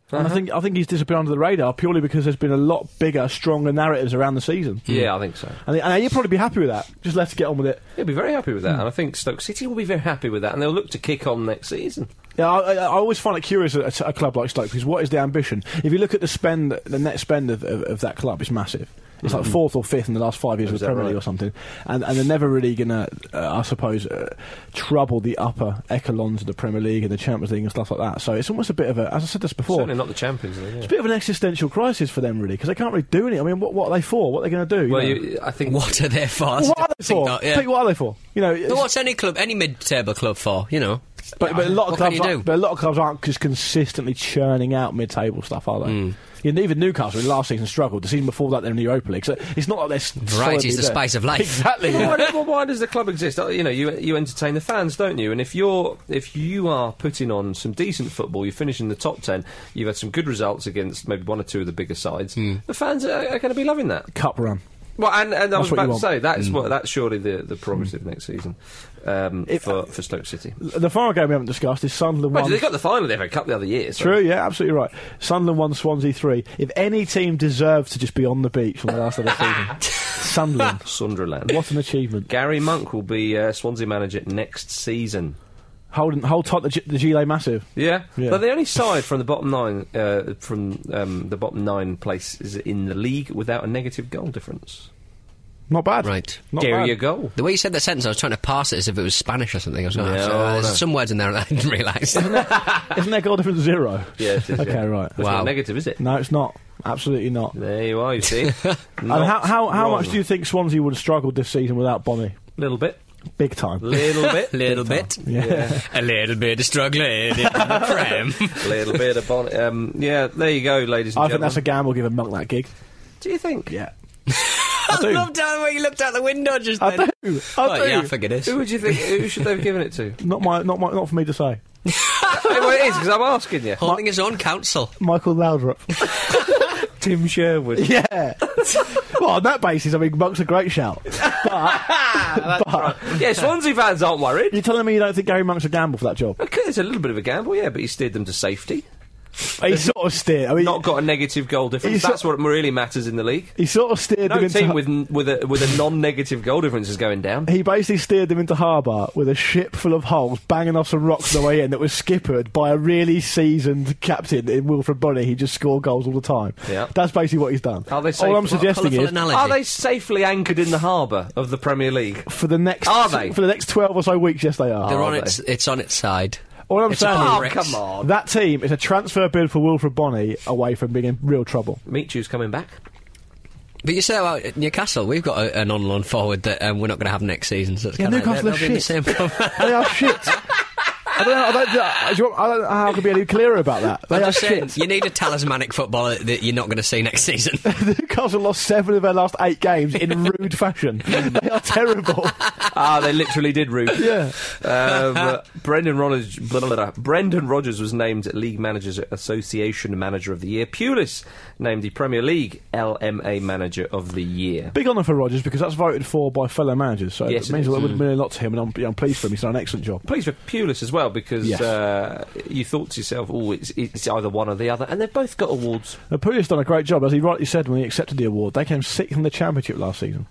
Speaker 3: Uh-huh.
Speaker 5: And I think I think he's disappeared under the radar purely because there's been a lot bigger, stronger narratives around the season.
Speaker 4: Hmm.
Speaker 3: Yeah, I think so.
Speaker 5: And, and you'd probably be happy with that. Just let's get on with it.
Speaker 3: He'll be very happy with
Speaker 5: Hmm.
Speaker 3: that, and I think Stoke City will be very happy with that, and they'll look to kick on next season.
Speaker 5: Yeah, I, I I always find it curious at a, a club like Stoke because what is the ambition? If you look at the spend, the net spend of, of, of that club is massive. It's like fourth or fifth in the last five years
Speaker 3: Mm-hmm. Oh,
Speaker 5: of
Speaker 3: Is
Speaker 5: the
Speaker 3: that
Speaker 5: Premier League
Speaker 3: right?
Speaker 5: or something, and and they're never really going to, uh, I suppose, uh, trouble the upper echelons of the Premier League and the Champions League and stuff like that. So it's almost a bit of a, as I said this before,
Speaker 3: Certainly not the Champions League. yeah.
Speaker 5: it's a bit of an existential crisis for them really because they can't really do anything. I mean, what what are they for? What are they going to do? you
Speaker 3: Well,
Speaker 5: know?
Speaker 3: you, I think
Speaker 4: What are they for?
Speaker 5: what are
Speaker 4: I
Speaker 5: they
Speaker 4: think
Speaker 5: for?
Speaker 4: not, yeah.
Speaker 5: Think, what are they for? You know,
Speaker 4: But
Speaker 5: it's-
Speaker 4: what's any club, any mid-table club for? You know,
Speaker 5: But, but a lot of
Speaker 4: What can
Speaker 5: clubs,
Speaker 4: you
Speaker 5: aren't-
Speaker 4: do?
Speaker 5: but a lot of clubs aren't just consistently churning out mid-table stuff, are they?
Speaker 4: Hmm.
Speaker 5: You know, even Newcastle in last season struggled. The season before that, they're in the Europa League. So it's not like they're s-
Speaker 4: Variety's
Speaker 5: solidly
Speaker 4: the
Speaker 5: there.
Speaker 4: spice of life.
Speaker 5: Exactly.
Speaker 3: Well,
Speaker 5: yeah.
Speaker 3: why, well, why does the club exist? Uh, You know, you you entertain the fans, don't you? And if you're if you are putting on some decent football, you finish in the top ten. You've had some good results against maybe one or two of the bigger sides.
Speaker 5: Hmm.
Speaker 3: The fans are, are going to be loving that. Hmm.
Speaker 5: Cup run.
Speaker 3: Well, and, and I was
Speaker 5: what you
Speaker 3: about to
Speaker 5: want.
Speaker 3: say that's what that's surely the the prerogative next season um, for for Stoke City.
Speaker 5: The final game we haven't discussed is Sunderland
Speaker 3: Well,
Speaker 5: one.
Speaker 3: they got the final of the FA Cup the other year. so-
Speaker 5: True, yeah, absolutely right. Sunderland won Swansea three. If any team deserves to just be on the beach from the last of the season, Sunderland.
Speaker 3: Sunderland.
Speaker 5: What an achievement!
Speaker 3: Gary Monk will be uh, Swansea manager next season.
Speaker 5: Hold, hold tight the, G- the Gile massive.
Speaker 3: Yeah,
Speaker 5: Yeah.
Speaker 3: but the only side from the bottom nine, uh, from um, the bottom nine place, is in the league without a negative goal difference.
Speaker 5: Not bad.
Speaker 4: Right.
Speaker 5: Not
Speaker 3: there
Speaker 5: bad.
Speaker 3: you go.
Speaker 4: The way you said that sentence, I was trying to parse it as if it was Spanish or something. I was
Speaker 3: No,
Speaker 4: going, "Oh,
Speaker 3: no.
Speaker 4: there's some words in there that I didn't realise.
Speaker 5: Isn't their goal difference zero?
Speaker 3: Yeah, it is,
Speaker 5: okay,
Speaker 3: yeah.
Speaker 5: right.
Speaker 3: That's
Speaker 4: Wow.
Speaker 3: not negative, is it?
Speaker 5: No, it's not. Absolutely not.
Speaker 3: There you are. You see.
Speaker 5: And how, how, how much do you think Swansea would have struggled this season without Bonnie?
Speaker 3: A little bit.
Speaker 5: big time.
Speaker 3: Little bit.
Speaker 4: little bit.
Speaker 5: Yeah.
Speaker 4: A little bit of eh? struggling in the pram.
Speaker 3: little bit of bonnet. Um, yeah, there you go, ladies and
Speaker 5: I think
Speaker 3: gentlemen.
Speaker 5: that's a gamble given Monk that gig.
Speaker 3: Do you think?
Speaker 5: Yeah.
Speaker 4: I
Speaker 5: do.
Speaker 4: love down the way you looked out the window just
Speaker 5: I
Speaker 4: then.
Speaker 5: do. I
Speaker 4: Oh, yeah, I
Speaker 5: do.
Speaker 4: think it is.
Speaker 3: Who would you think? Who should they have given it to?
Speaker 5: Not my, not my, not for me to say.
Speaker 3: well, it is because I'm asking you.
Speaker 4: Holding his own counsel.
Speaker 5: Michael Laudrup.
Speaker 3: Tim Sherwood.
Speaker 5: yeah. well, on that basis, I mean, Monk's a great shout.
Speaker 4: Ah,
Speaker 3: yeah, Swansea fans aren't worried.
Speaker 5: You're telling me you don't think Gary Monk's a gamble for that job?
Speaker 3: Okay, it's a little bit of a gamble, yeah, but he steered them to safety.
Speaker 5: He sort of steered. I mean,
Speaker 3: Not got a negative goal difference.
Speaker 5: He's
Speaker 3: That's
Speaker 5: so-
Speaker 3: what really matters in the league.
Speaker 5: he sort of steered them
Speaker 3: No
Speaker 5: into.
Speaker 3: team with n- with a with a non-negative goal difference is going down.
Speaker 5: he basically steered them into harbour with a ship full of holes, banging off some rocks on the way in. That was skippered by a really seasoned captain in Wilfred Bonny. He just scored goals all the time.
Speaker 3: Yeah.
Speaker 5: that's basically what he's done.
Speaker 3: Are they safe?
Speaker 5: all I'm
Speaker 3: What a
Speaker 5: suggesting
Speaker 4: Colourful
Speaker 5: is
Speaker 4: analogy.
Speaker 3: Are they safely anchored in the harbour of the Premier League?
Speaker 5: for the next
Speaker 3: Are they?
Speaker 5: for the next twelve or so weeks, yes, they are.
Speaker 4: They're
Speaker 3: Are
Speaker 4: on
Speaker 3: they?
Speaker 4: its. It's on its side.
Speaker 5: all I'm
Speaker 4: It's
Speaker 5: saying
Speaker 4: a
Speaker 5: is
Speaker 3: Oh,
Speaker 4: Bricks.
Speaker 3: come on.
Speaker 5: that team is a transfer bid for Wilfred Bonny away from being in real trouble.
Speaker 3: Michu's coming back.
Speaker 4: But you say about Newcastle, we've got a, an on-loan forward that um, we're not going to have next season. So it's
Speaker 5: Yeah,
Speaker 4: kinda,
Speaker 5: Newcastle
Speaker 4: they'll
Speaker 5: are
Speaker 4: be in the
Speaker 5: shit.
Speaker 4: same problem.
Speaker 5: they are shit. I don't know. I don't, uh, I don't, I don't know how I could be any clearer about that. They
Speaker 4: I'm
Speaker 5: are
Speaker 4: just saying,
Speaker 5: shit.
Speaker 4: you need a talismanic footballer that you're not going to see next season.
Speaker 5: Newcastle lost seven of their last eight games in rude fashion. They are terrible.
Speaker 3: ah, they literally did root.
Speaker 5: Yeah.
Speaker 3: Um, uh, Brendan Rodgers. Blah, blah, blah. Brendan Rodgers was named League Managers Association Manager of the Year. Pulis named the Premier League LMA Manager of the Year.
Speaker 5: Big honour for Rogers because that's voted for by fellow managers. So
Speaker 3: Yes,
Speaker 5: it
Speaker 3: it
Speaker 5: means
Speaker 3: is.
Speaker 5: that it would mean a lot to him, and I'm, yeah, I'm pleased for him. He's done an excellent job.
Speaker 3: Pleased for Pulis as well because
Speaker 5: Yes.
Speaker 3: uh, you thought to yourself, "Oh, it's, it's either one or the other," and they've both got awards.
Speaker 5: Now, Pulis done a great job, as he rightly said when he accepted the award. They came sixth in the Championship last season,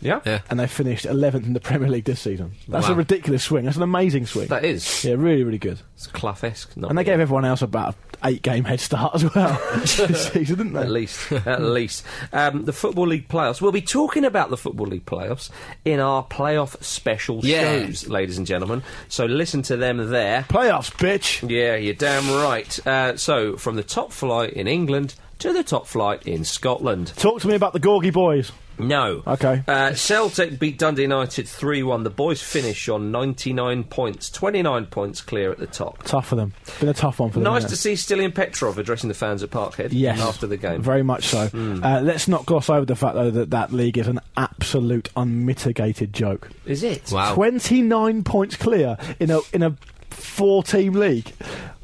Speaker 3: Yeah,
Speaker 4: yeah.
Speaker 5: and they finished 11th in the Premier League this season. That's a
Speaker 4: Wow.
Speaker 5: ridiculous swing. That's an amazing swing.
Speaker 3: that is
Speaker 5: yeah, really, really good.
Speaker 3: it's Clough-esque. not
Speaker 5: And they
Speaker 3: really.
Speaker 5: gave everyone else about an eight game head start as well this season, didn't
Speaker 3: At
Speaker 5: they?
Speaker 3: least, at least. Um, the Football League playoffs. We'll be talking about the Football League playoffs in our playoff special
Speaker 4: Yeah.
Speaker 3: shows, ladies and gentlemen. So listen to them there.
Speaker 5: Playoffs, bitch.
Speaker 3: Yeah, you're damn right. Uh, so from the top flight in England to the top flight in Scotland.
Speaker 5: Talk to me about the Gorgie boys.
Speaker 3: No.
Speaker 5: Okay.
Speaker 3: Uh, Celtic beat Dundee United 3 1. The boys finish on 99 points, 29 points clear at the top.
Speaker 5: Tough for them. Been a tough one for them.
Speaker 3: Nice
Speaker 5: hasn't
Speaker 3: to
Speaker 5: it?
Speaker 3: see Stilian Petrov addressing the fans at Parkhead
Speaker 5: Yes.
Speaker 3: after the game. Hmm.
Speaker 5: Very much so. Uh, let's not gloss over the fact, though, that that league is an absolute unmitigated joke.
Speaker 3: Is it?
Speaker 4: Wow.
Speaker 5: 29 points clear in a, in a four team league.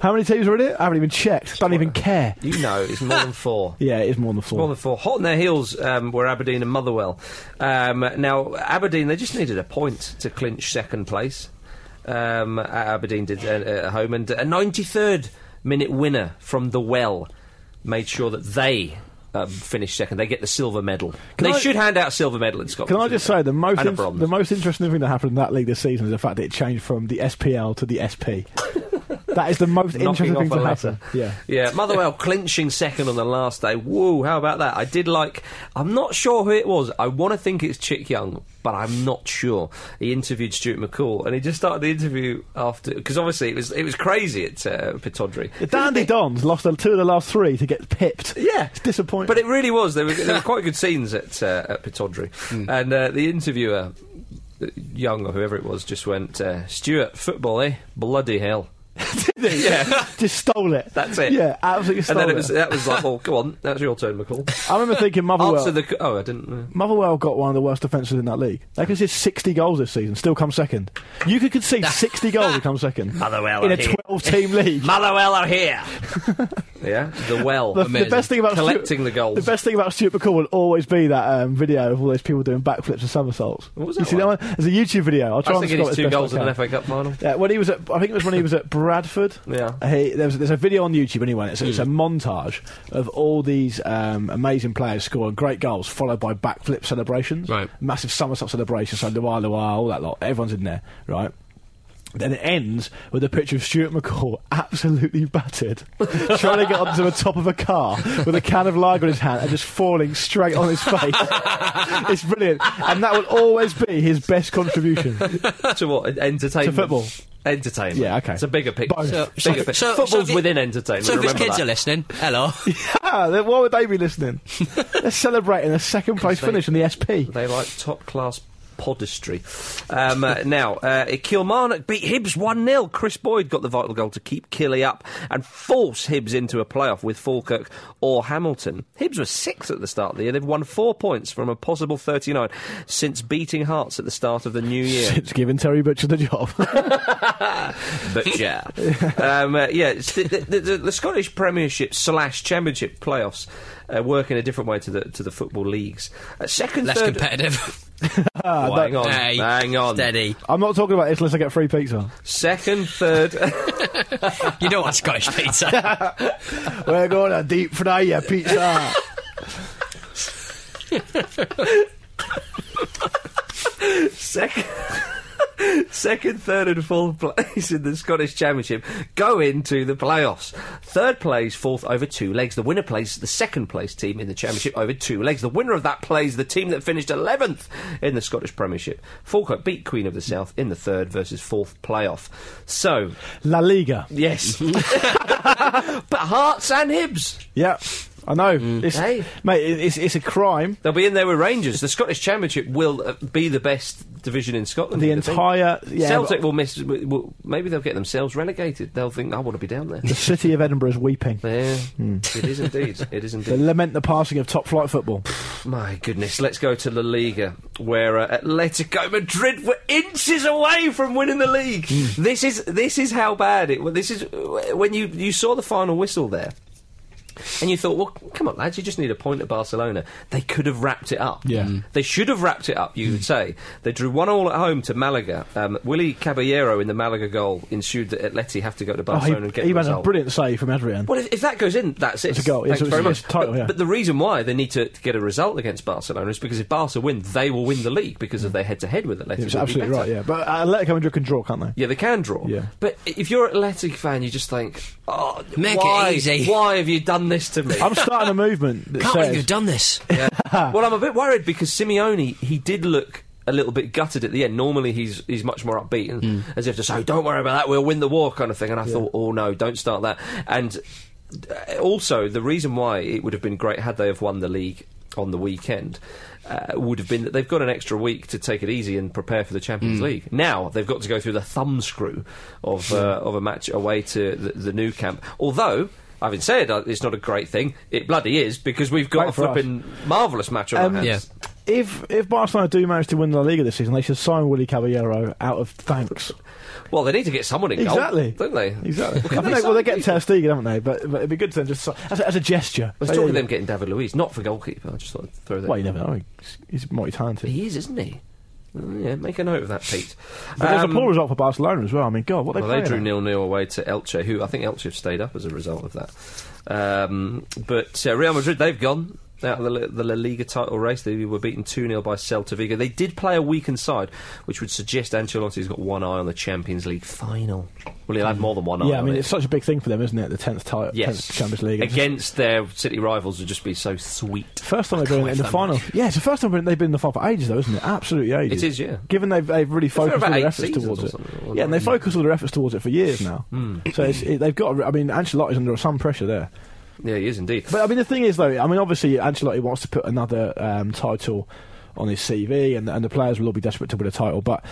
Speaker 5: How many teams are in it? I haven't even checked. Don't even care.
Speaker 3: You know, it's more than four.
Speaker 5: Yeah, it is more than four.
Speaker 3: More than four. Hot on their heels um, were Aberdeen and Motherwell. Um, now, Aberdeen, they just needed a point to clinch second place. Um, at Aberdeen did uh, uh, at home. And a 93rd minute winner from the well made sure that they. Um, finished second. They get the silver medal. they
Speaker 5: I-
Speaker 3: should hand out a silver medal in Scotland.
Speaker 5: Can I just say the most
Speaker 3: And a
Speaker 5: in-
Speaker 3: bronze.
Speaker 5: the most interesting thing that happened in that league this season is the fact that it changed from the SPL to the SP. that is the most
Speaker 3: knocking
Speaker 5: interesting
Speaker 3: off
Speaker 5: thing
Speaker 3: a
Speaker 5: to
Speaker 3: letter.
Speaker 5: happen. Yeah.
Speaker 3: yeah. Motherwell clinching second on the last day. Whoa, how about that? I did like. I'm not sure who it was. I want to think it's Chick Young, but I'm not sure. He interviewed Stuart McCall, and he just started the interview after because obviously it was it was crazy at uh, Pitodry.
Speaker 5: The Dandy Dons lost the, two of the last three to get pipped.
Speaker 3: Yeah.
Speaker 5: It's disappointing.
Speaker 3: But it really was. There were, there were quite good scenes at uh, at Pitodry, and uh, the interviewer, uh, Young or whoever it was, just went, uh, "Stuart, football, eh? Bloody hell!" yeah.
Speaker 5: just stole it.
Speaker 3: That's it.
Speaker 5: Yeah, absolutely
Speaker 3: And
Speaker 5: stole
Speaker 3: then
Speaker 5: it.
Speaker 3: it was that was like, well, go on, that's your turn, McCall.
Speaker 5: I remember thinking Motherwell.
Speaker 3: Answer the. c- Oh, I didn't. know.
Speaker 5: Motherwell got one of the worst defences in that league. They conceded 60 goals this season, still come second. You could concede 60 goals and come second.
Speaker 3: Motherwell
Speaker 5: in
Speaker 3: are
Speaker 5: a
Speaker 3: here.
Speaker 5: 12 team league.
Speaker 3: Motherwell are here. yeah, the well.
Speaker 5: The, the
Speaker 4: Amazing.
Speaker 5: best thing about Stuart-
Speaker 3: Collecting the goals.
Speaker 5: The best thing about Stuart McCall will always be that um, video of all those people doing backflips and somersaults.
Speaker 3: What was
Speaker 5: you
Speaker 3: that
Speaker 5: see
Speaker 3: one?
Speaker 5: that one? There's a YouTube video. I'll
Speaker 3: I
Speaker 5: try
Speaker 3: was
Speaker 5: and
Speaker 3: thinking
Speaker 5: score
Speaker 3: it's
Speaker 5: it
Speaker 3: two
Speaker 5: as best
Speaker 3: goals
Speaker 5: I
Speaker 3: in an
Speaker 5: can.
Speaker 3: FA Cup final.
Speaker 5: Yeah, when he was at, I think it was when he was at Bradford. Uh,
Speaker 3: Yeah.
Speaker 5: he, there was, there's a video on YouTube anyway. It's, it's a montage of all these um, amazing players scoring great goals, followed by backflip celebrations,
Speaker 4: Right.
Speaker 5: Massive somersault celebrations, so Luar Luar, all that lot. Everyone's in there, right? Then it ends with a picture of Stuart McCall absolutely battered, trying to get onto the top of a car with a can of lager in his hand and just falling straight on his face. it's brilliant, and that will always be his best contribution.
Speaker 3: to what? Entertainment.
Speaker 5: To football.
Speaker 3: Entertainment.
Speaker 5: Yeah, okay.
Speaker 3: It's a bigger picture.
Speaker 5: Both. So-
Speaker 3: Bigger
Speaker 4: so-
Speaker 3: pic-
Speaker 4: so-
Speaker 3: Football's
Speaker 4: so if you-
Speaker 3: within entertainment.
Speaker 4: So if his
Speaker 3: remember
Speaker 4: kids
Speaker 3: that.
Speaker 4: are listening, hello.
Speaker 5: Ah, then why would they be listening? They're celebrating a second place
Speaker 3: They-
Speaker 5: finish in the SP.
Speaker 3: They like top class podistry. Um, uh, now, uh, Kilmarnock beat Hibs 1 0. Chris Boyd got the vital goal to keep Killy up and force Hibs into a playoff with Falkirk or Hamilton. Hibs were sixth at the start of the year. They've won four points from a possible 39 since beating Hearts at the start of the new year.
Speaker 5: Since giving Terry Butcher the job.
Speaker 3: but yeah, um, uh, yeah. It's the, the, the, the Scottish Premiership slash Championship playoffs uh, work in a different way to the to the football leagues. Uh, second,
Speaker 4: Less
Speaker 3: third.
Speaker 4: competitive.
Speaker 3: Oh, hang on,
Speaker 4: Hey,
Speaker 3: hang on.
Speaker 4: Steady.
Speaker 5: Ah, I'm not talking about this unless I get free pizza.
Speaker 3: Second, third.
Speaker 4: You don't want Scottish pizza.
Speaker 5: We're going to deep fry your pizza.
Speaker 3: second, second, third, and fourth place in the Scottish Championship go into the playoffs. Third place, fourth over two legs. The winner plays the second place team in the Championship over two legs. The winner of that plays the team that finished 11th in the Scottish Premiership. Falkirk beat Queen of the South in the third versus fourth playoff. So,
Speaker 5: La Liga.
Speaker 3: yes. but Hearts and Hibs.
Speaker 5: Yeah, I know. It's,
Speaker 3: Mm. Hey.
Speaker 5: Mate, it- it's, it's a crime.
Speaker 3: They'll be in there with Rangers. The Scottish Championship will uh, be the best division in Scotland.
Speaker 5: The
Speaker 3: I think.
Speaker 5: entire yeah,
Speaker 3: Celtic
Speaker 5: but
Speaker 3: will miss. w- Will, maybe they'll get themselves relegated. They'll think, "I want to be down there."
Speaker 5: the city of Edinburgh is weeping.
Speaker 3: Yeah,
Speaker 5: Hmm.
Speaker 3: it is indeed. It is
Speaker 5: They
Speaker 3: indeed.
Speaker 5: lament the passing of top flight football.
Speaker 3: My goodness, let's go to La Liga, where uh, Atletico Madrid were inches away from winning the league.
Speaker 5: Hmm.
Speaker 3: This is this is how bad it. well, This is when you you saw the final whistle there. And you thought, well, come on, lads, you just need a point at Barcelona. They could have wrapped it up.
Speaker 5: Yeah. Hmm. Mm.
Speaker 3: They should have wrapped it up, you would say. They drew one all at home to Malaga. Um, Willie Caballero in the Malaga goal ensued that Atleti have to go to
Speaker 5: Oh, he
Speaker 3: Barcelona and get
Speaker 5: he
Speaker 3: the
Speaker 5: made a
Speaker 3: result.
Speaker 5: brilliant save from Adrian.
Speaker 3: Well, if, if that goes in, that's it.
Speaker 5: It's a goal. It's-
Speaker 3: Thanks
Speaker 5: it's-
Speaker 3: very much.
Speaker 5: it's title,
Speaker 3: but,
Speaker 5: yeah.
Speaker 3: but the reason why they need to, to get a result against Barcelona is because if Barca win, they will win the league because of their head-to-head with Atletico.
Speaker 5: It's
Speaker 3: It'll be better.
Speaker 5: absolutely right, yeah. But uh, Atletico Madrid can draw, can't they?
Speaker 3: Yeah, they can draw.
Speaker 5: Yeah.
Speaker 3: But if you're an Athletic fan, you just think, oh,
Speaker 4: Make it
Speaker 3: why,
Speaker 4: easy.
Speaker 3: Why have you done this to me?
Speaker 5: I'm starting a movement that
Speaker 4: Can't
Speaker 5: says
Speaker 4: believe you've done this.
Speaker 3: well, I'm a bit worried because Simeone, he did look a little bit gutted at the end. Normally, he's he's much more upbeat and
Speaker 5: Mm.
Speaker 3: as if to say, "Don't worry about that, we'll win the war," kind of thing. And I thought, "Oh no, don't start that." And uh, also, the reason why it would have been great had they have won the league on the weekend. Uh, would have been that they've got an extra week to take it easy and prepare for the
Speaker 5: Mm.
Speaker 3: Champions League. Now they've got to go through the thumbscrew of uh, of a match away to the, the new camp. Although having said uh, it's not a great thing, it bloody is because we've got
Speaker 5: Great
Speaker 3: a
Speaker 5: for us.
Speaker 3: flipping marvellous match on
Speaker 5: Um,
Speaker 3: our
Speaker 4: Yeah.
Speaker 3: hands.
Speaker 5: if if Barcelona do manage to win La Liga this season, they should sign Willie Caballero out of thanks.
Speaker 3: Well, they need to get someone in goal,
Speaker 5: Exactly.
Speaker 3: don't they?
Speaker 5: Exactly. I
Speaker 3: Can
Speaker 5: think
Speaker 3: they
Speaker 5: they, well, they
Speaker 3: sign
Speaker 5: get
Speaker 3: people?
Speaker 5: Ter Stegen, haven't they? But, but it'd be good to them just si- as, a- as a gesture.
Speaker 3: I was
Speaker 5: Say,
Speaker 3: talking to
Speaker 5: yeah,
Speaker 3: them getting David Luiz, not for goalkeeper. I just thought I'd throw that.
Speaker 5: Well, you never know. He's, he's mighty talented.
Speaker 3: he is, isn't he? Mm, yeah, make a note of that, Pete.
Speaker 5: But there's a
Speaker 3: Um,
Speaker 5: poor result for Barcelona as well. I mean, God, what they
Speaker 3: Well, they
Speaker 5: playing
Speaker 3: drew
Speaker 5: at?
Speaker 3: nil nil away to Elche, who I think Elche have stayed up as a result of that. Um, but uh, Real Madrid, they've gone out of the, La- the La Liga title race. They were beaten 2 0 by Celta Vigo. They did play a weakened side, which would suggest Ancelotti's got one eye on the Champions League final. Well, he'll have more than one eye
Speaker 5: Yeah, I
Speaker 3: on
Speaker 5: mean,
Speaker 3: it.
Speaker 5: it's such a big thing for them, isn't it? The tenth title,
Speaker 3: Yes.
Speaker 5: tenth Champions League. It's
Speaker 3: Against their city rivals would just be so sweet.
Speaker 5: the first time they've been in the
Speaker 4: that
Speaker 5: final. Yeah, it's the first time they've been in the final for ages, though, isn't it? Absolutely ages.
Speaker 3: It is, yeah.
Speaker 5: Given they've, they've really focused
Speaker 3: about
Speaker 5: all
Speaker 3: eight
Speaker 5: their efforts
Speaker 3: seasons
Speaker 5: towards
Speaker 3: or
Speaker 5: it.
Speaker 3: something. Hmm.
Speaker 5: Yeah, and they focused all their efforts towards it for years now. So it's, it, they've got. to re- I mean, Ancelotti's under some pressure there.
Speaker 3: Yeah, he is indeed.
Speaker 5: But I mean, the thing is, though, I mean, obviously, Ancelotti wants to put another um, title on his CV, and and the players will all be desperate to win a title. But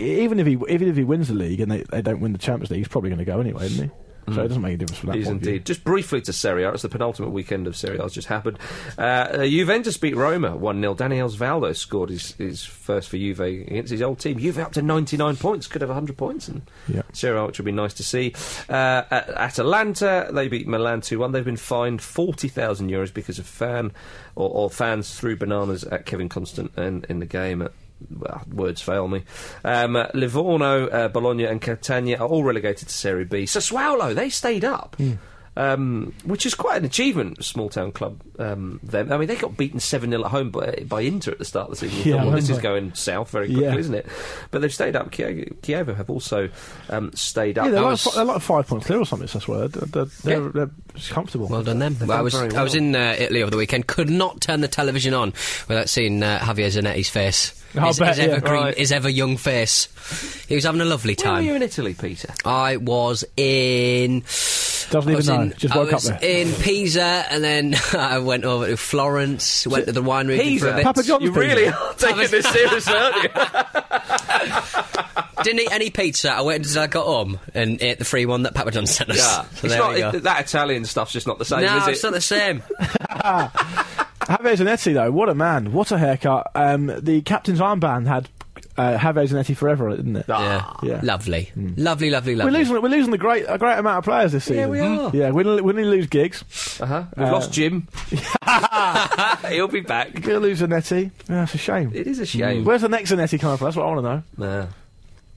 Speaker 5: even if he even if he wins the league and they, they don't win the Champions League, he's probably going to go anyway, isn't he? So it doesn't make any difference from that.
Speaker 3: It is
Speaker 5: point of view.
Speaker 3: Hmm. indeed. Just briefly to Serie A, it's the penultimate weekend of Serie A's just happened. Uh, uh, Juventus beat Roma 1 0. Daniel Valdo scored his, his first for Juve against his old team. Juve up to 99 points, could have 100 points in
Speaker 5: Yeah.
Speaker 3: Serie A, which would be nice to see. Uh, at Atalanta, they beat Milan 2 1. They've been fined 40,000 euros because of fan or, or fans threw bananas at Kevin Constant in, in the game at well, words fail me. Um, uh, Livorno, uh, Bologna, and Catania are all relegated to Serie B. Sassuolo, they stayed up. Um, which is quite an achievement, small town club. Um, them, I mean, they got beaten seven 0 at home by, by Inter at the start of the season. You
Speaker 5: Yeah,
Speaker 3: thought,
Speaker 5: I
Speaker 3: well, this is
Speaker 5: remember.
Speaker 3: going south very quickly,
Speaker 5: Yeah.
Speaker 3: isn't it? But they've stayed up. Kie- Kiev have also um, stayed up.
Speaker 5: Yeah, they're
Speaker 3: That
Speaker 5: like,
Speaker 3: was-
Speaker 5: fi- they're like five points clear or something. That's where they're, they're, they're, they're just comfortable.
Speaker 4: Well done them. I
Speaker 3: done
Speaker 4: was
Speaker 3: very
Speaker 4: I
Speaker 3: well.
Speaker 4: was in uh, Italy over the weekend. Could not turn the television on without seeing uh, Javier Zanetti's face.
Speaker 5: I'll
Speaker 4: his,
Speaker 5: bet,
Speaker 4: his
Speaker 5: yeah.
Speaker 4: evergreen,
Speaker 3: Right.
Speaker 4: his ever young face. He was having a lovely
Speaker 3: When were
Speaker 4: time.
Speaker 3: you in Italy, Peter?
Speaker 4: I was in
Speaker 5: Doesn't even
Speaker 4: I was
Speaker 5: know.
Speaker 4: in-
Speaker 5: Just
Speaker 4: I
Speaker 5: woke up
Speaker 4: was
Speaker 5: there.
Speaker 4: in Pisa, and then I went over to Florence. Went to the wine region for a bit.
Speaker 5: Papa John's
Speaker 3: You really
Speaker 5: pizza.
Speaker 3: are taking this seriously, aren't you?
Speaker 4: Didn't eat any pizza. I waited until I got home and ate the free one that Papa John sent us.
Speaker 3: Yeah.
Speaker 4: So
Speaker 3: it's
Speaker 4: there
Speaker 3: not,
Speaker 4: we go.
Speaker 3: it- that Italian stuff's just not the same,
Speaker 4: no,
Speaker 3: is it?
Speaker 4: it's not the same.
Speaker 5: Javier Zanetti, though, what a man. What a haircut. Um, the captain's armband had uh, Javier Zanetti forever, didn't it?
Speaker 3: Ah,
Speaker 4: yeah.
Speaker 5: Yeah. Hmm.
Speaker 4: Lovely. lovely, lovely,
Speaker 5: We're
Speaker 4: lovely,
Speaker 5: losing, we're losing a great, a great amount of players this season.
Speaker 3: we are.
Speaker 5: Yeah, we we need to lose gigs.
Speaker 3: Uh-huh. We've
Speaker 5: Uh,
Speaker 3: lost Jim. He'll be back.
Speaker 5: We're going to lose Zanetti. Yeah, that's a shame.
Speaker 3: It is a shame.
Speaker 5: Where's the next Zanetti coming from? That's what I want to know.
Speaker 3: No.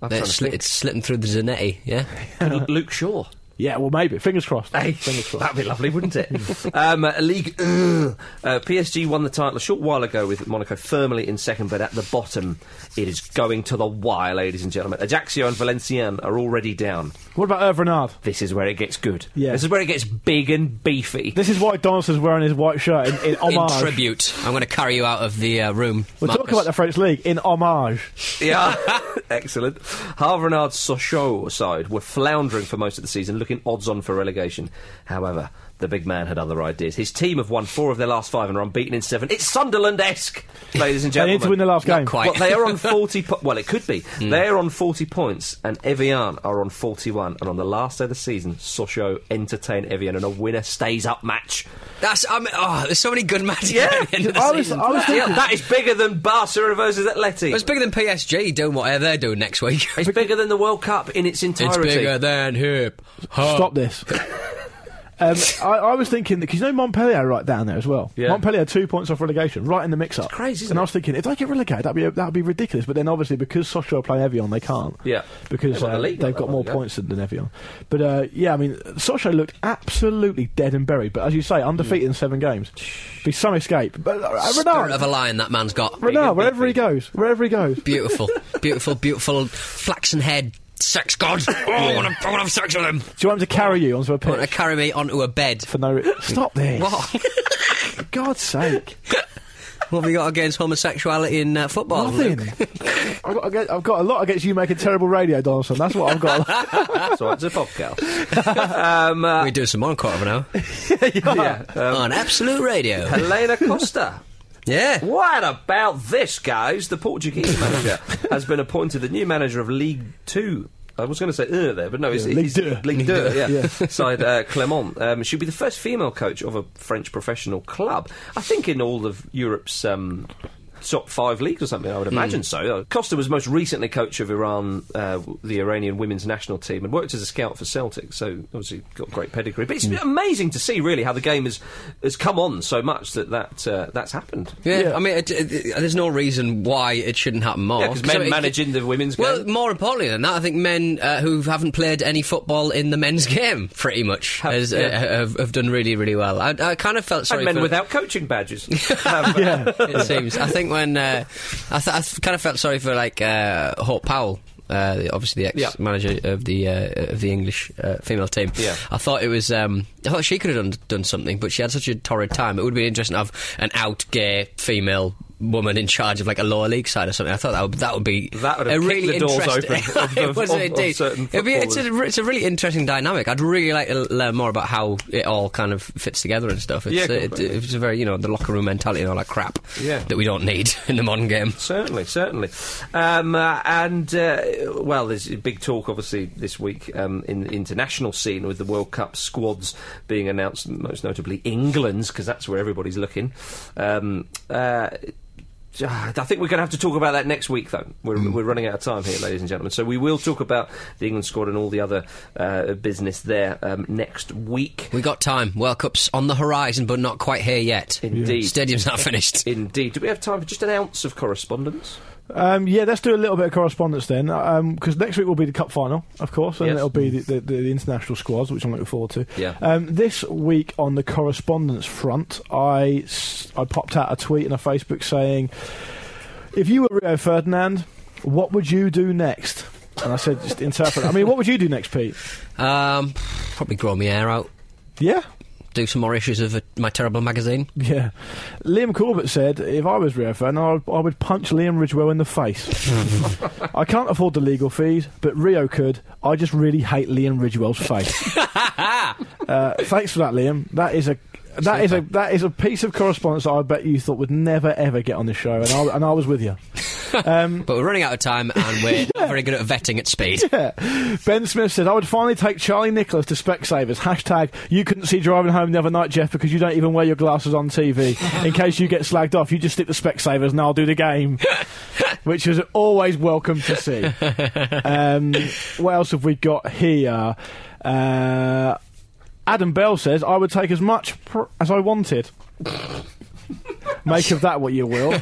Speaker 3: I'm trying to
Speaker 4: It's, sli-
Speaker 3: think.
Speaker 4: it's slipping through the Zanetti. Yeah.
Speaker 3: L- Luke Shaw.
Speaker 5: Yeah, well, maybe. Fingers crossed.
Speaker 3: Hey,
Speaker 5: Fingers crossed.
Speaker 3: that'd be lovely, wouldn't it? um, uh, League uh, uh, PSG won the title a short while ago with Monaco firmly in second, but at the bottom, it is going to the wire, ladies and gentlemen. Ajaccio and Valenciennes are already down.
Speaker 5: What about Irv Renard?
Speaker 3: This is where it gets good.
Speaker 5: Yeah.
Speaker 3: This is where it gets big and beefy.
Speaker 5: This is why Donaldson's wearing his white shirt in, in
Speaker 4: In
Speaker 5: homage.
Speaker 4: tribute, I'm going to carry you out of the uh, room.
Speaker 5: We'll talk
Speaker 4: Marcus.
Speaker 5: about the French league in homage.
Speaker 3: Yeah, excellent. Havre Renard's Sochaux side were floundering for most of the season, looking odds on for relegation. However, the big man had other ideas. His team have won four of their last five and are unbeaten in seven. It's Sunderland esque, ladies and
Speaker 5: They
Speaker 3: gentlemen.
Speaker 5: need to win the last
Speaker 4: Not
Speaker 5: game.
Speaker 4: quite. Hmm.
Speaker 3: Well, they are on 40. Po- well, it could be. They are on 40 points, and Evian are on 41. And on the last day of the season, Sochaux entertain Evian in a winner stays up match.
Speaker 4: That's. I'm, oh, there's so many good matches.
Speaker 3: Yeah,
Speaker 4: at the end of the
Speaker 5: I was-
Speaker 4: season.
Speaker 5: I was
Speaker 3: Yeah, that is bigger than Barca versus Atleti.
Speaker 4: It's bigger than PSG doing whatever they're doing next week.
Speaker 3: It's bigger than the World Cup in its
Speaker 4: It's
Speaker 3: entirety.
Speaker 4: bigger than hip.
Speaker 3: Oh.
Speaker 4: hop.
Speaker 5: Stop this. Um, I, I was thinking because you know Montpellier are right down there as well.
Speaker 3: Yeah.
Speaker 5: Montpellier are two points off relegation, right in the mix-up.
Speaker 3: crazy, isn't it?
Speaker 5: and I was thinking if they get relegated, that'd be that'd be ridiculous. But then obviously because Sochaux play Evian, they can't.
Speaker 3: Yeah.
Speaker 5: because
Speaker 3: They won
Speaker 5: uh,
Speaker 3: the league
Speaker 5: they've
Speaker 3: not
Speaker 5: got
Speaker 3: that
Speaker 5: more
Speaker 3: long ago.
Speaker 5: points than Evian. But uh, yeah, I mean Sochaux looked absolutely dead and buried. But as you say, undefeated in seven games, be some escape. But uh,
Speaker 4: Spirit of
Speaker 5: Renard,
Speaker 4: a lion that man's got.
Speaker 5: Renard, wherever he goes, wherever he goes,
Speaker 4: Beautiful, beautiful, beautiful flaxen head sex god. Oh, I want to have sex with him.
Speaker 5: do you want him to carry you onto a
Speaker 4: I want to
Speaker 5: pitch
Speaker 4: carry me onto a bed.
Speaker 5: for no? Re- Stop this!
Speaker 4: What?
Speaker 5: For God's sake!
Speaker 4: what have you got against homosexuality in uh, football?
Speaker 5: Nothing.
Speaker 4: Luke?
Speaker 5: I've, got, against- I've got a lot against you making terrible radio, Donaldson. That's what I've got.
Speaker 3: So it's a podcast. um, uh,
Speaker 4: We do some more in quarter of an hour
Speaker 3: yeah. Um,
Speaker 4: on Absolute Radio.
Speaker 3: Helena Costa.
Speaker 4: Yeah.
Speaker 3: What about this, guys? The Portuguese manager has been appointed the new manager of League Two. I was going to say uh, there, but no, it's
Speaker 5: Yeah, Ligue
Speaker 3: it's-
Speaker 5: deux.
Speaker 3: Ligue Two, yeah.
Speaker 5: Yeah.
Speaker 3: Side uh, Clermont. Um, she'll be the first female coach of a French professional club. I think in all of Europe's. Um, Top five leagues or something, I
Speaker 5: Hmm.
Speaker 3: would imagine so. Uh, Costa was most recently coach of Iran, uh, w- the Iranian women's national team, and worked as a scout for Celtic, so obviously got great pedigree. But it's
Speaker 5: Hmm.
Speaker 3: amazing to see, really, how the game has, has come on so much that, that uh, that's happened.
Speaker 4: Yeah, I mean, it, it, it- there's no reason why it shouldn't happen more.
Speaker 3: Yeah, 'cause
Speaker 4: So
Speaker 3: men
Speaker 4: it-
Speaker 3: managing the women's game.
Speaker 4: Well, more importantly than that, I think men uh, who haven't played any football in the men's game, pretty much,
Speaker 3: Have-
Speaker 4: has, uh,
Speaker 3: yeah.
Speaker 4: have, have done really, really well. I, I kind of felt sorry
Speaker 3: and men
Speaker 4: for
Speaker 3: without coaching badges. Um,
Speaker 5: yeah.
Speaker 4: it seems. I think when uh, I, th- I th- kind of felt sorry for like uh, Hope Powell. Uh, the- obviously, the
Speaker 3: Yeah.
Speaker 4: ex-manager of the uh, of the English uh, female team.
Speaker 3: Yeah.
Speaker 4: I thought it was. Um, I thought she could have done, done something, but she had such a torrid time. It would be interesting to have an out gay female woman in charge of like a lower league side or something. I thought that would that would be
Speaker 3: That would have
Speaker 4: a
Speaker 3: kicked
Speaker 4: really
Speaker 3: the doors
Speaker 4: interesting-
Speaker 3: open of-
Speaker 4: it
Speaker 3: of-
Speaker 4: was
Speaker 3: of- of
Speaker 4: indeed.
Speaker 3: certain
Speaker 4: It'd be- it's, a,
Speaker 3: footballers.
Speaker 4: it's a really interesting dynamic. I'd really like to l- learn more about how it all kind of fits together and stuff. It's,
Speaker 3: Yeah,
Speaker 4: uh, it,
Speaker 3: completely.
Speaker 4: it's a very you know the locker room mentality and all that crap
Speaker 3: Yeah.
Speaker 4: that we don't need in the modern game.
Speaker 3: certainly, certainly. Um, uh, and, uh, well, there's a big talk, obviously, this week um, in the international scene with the World Cup squads being announced, most notably England's, because that's where everybody's looking. Um, uh, I think we're going to have to talk about that next week, though. We're, we're running out of time here, ladies and gentlemen. So we will talk about the England squad and all the other uh, business there um, next week.
Speaker 4: We got time. World Cup's on the horizon, but not quite here yet.
Speaker 3: Indeed.
Speaker 4: Stadium's not finished.
Speaker 3: Indeed. Do we have time for just an ounce of correspondence?
Speaker 5: Um, yeah, let's do a little bit of correspondence then, because next week will be the cup final, of course, and
Speaker 3: Yes.
Speaker 5: it'll be the, the, the, the international squads, which I'm looking forward to.
Speaker 3: Yeah.
Speaker 5: Um, this week on the correspondence front, I s- I popped out a tweet and a Facebook saying, "If you were Rio Ferdinand, what would you do next?" And I said, "Just interpret." I mean, what would you do next, Pete?
Speaker 4: Um, probably grow my hair out.
Speaker 5: Yeah.
Speaker 4: do some more issues of uh, my terrible magazine.
Speaker 5: Yeah. Liam Corbett said, if I was Rio Ferdinand, I would, I would punch Liam Ridgewell in the face. I can't afford the legal fees, but Rio could. I just really hate Liam Ridgewell's face. uh, thanks for that, Liam. That is a. That is a that is a piece of correspondence that I bet you thought would never ever get on the show, and I, and I was with you.
Speaker 4: But we're running out of time and we're not very good at vetting at speed.
Speaker 5: Ben Smith said, "I would finally take Charlie Nicholas to Specsavers." Hashtag You couldn't see driving home the other night, Jeff, because you don't even wear your glasses on TV. In case you get slagged off, you just stick to Specsavers, and I'll do the game, which is always welcome to see. Um, what else have we got here? Uh, Adam Bell says, "I would take as much pr- as I wanted." Make of that what you will.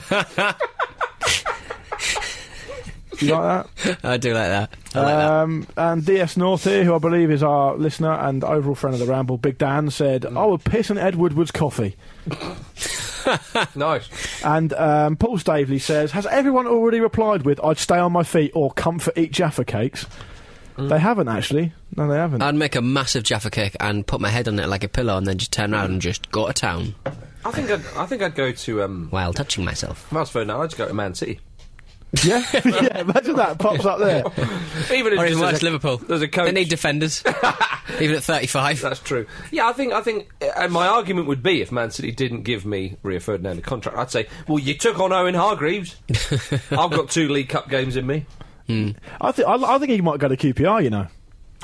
Speaker 5: you like that?
Speaker 4: I do like that. I like that.
Speaker 5: Um, and DS North here, who I believe is our listener and overall friend of the Ramble, Big Dan said,
Speaker 4: Mm.
Speaker 5: "I would piss on Ed Woodward's coffee."
Speaker 3: Nice.
Speaker 5: And um, Paul Staveley says, "Has everyone already replied with I'd stay on my feet or comfort eat Jaffa cakes?"
Speaker 4: Mm.
Speaker 5: They haven't actually. No, they haven't.
Speaker 4: I'd make a massive Jaffa cake and put my head on it like a pillow and then just turn around and just go to town
Speaker 3: I think I'd, I think I'd go to um,
Speaker 4: while touching myself.
Speaker 3: if I was Ferdinand, I'd just go to Man City.
Speaker 5: yeah, yeah. Imagine that pops up there.
Speaker 3: Even if
Speaker 4: Or
Speaker 3: just
Speaker 4: even
Speaker 3: as
Speaker 4: worse,
Speaker 3: a-
Speaker 4: Liverpool.
Speaker 3: There's a coach.
Speaker 4: They need defenders, even at 35.
Speaker 3: That's true. Yeah, I think I think, and my argument would be if Man City didn't give me Rio Ferdinand a contract, I'd say, well, you took on Owen Hargreaves. I've got two League Cup games in me.
Speaker 5: I think I, I think he might go to QPR. You know.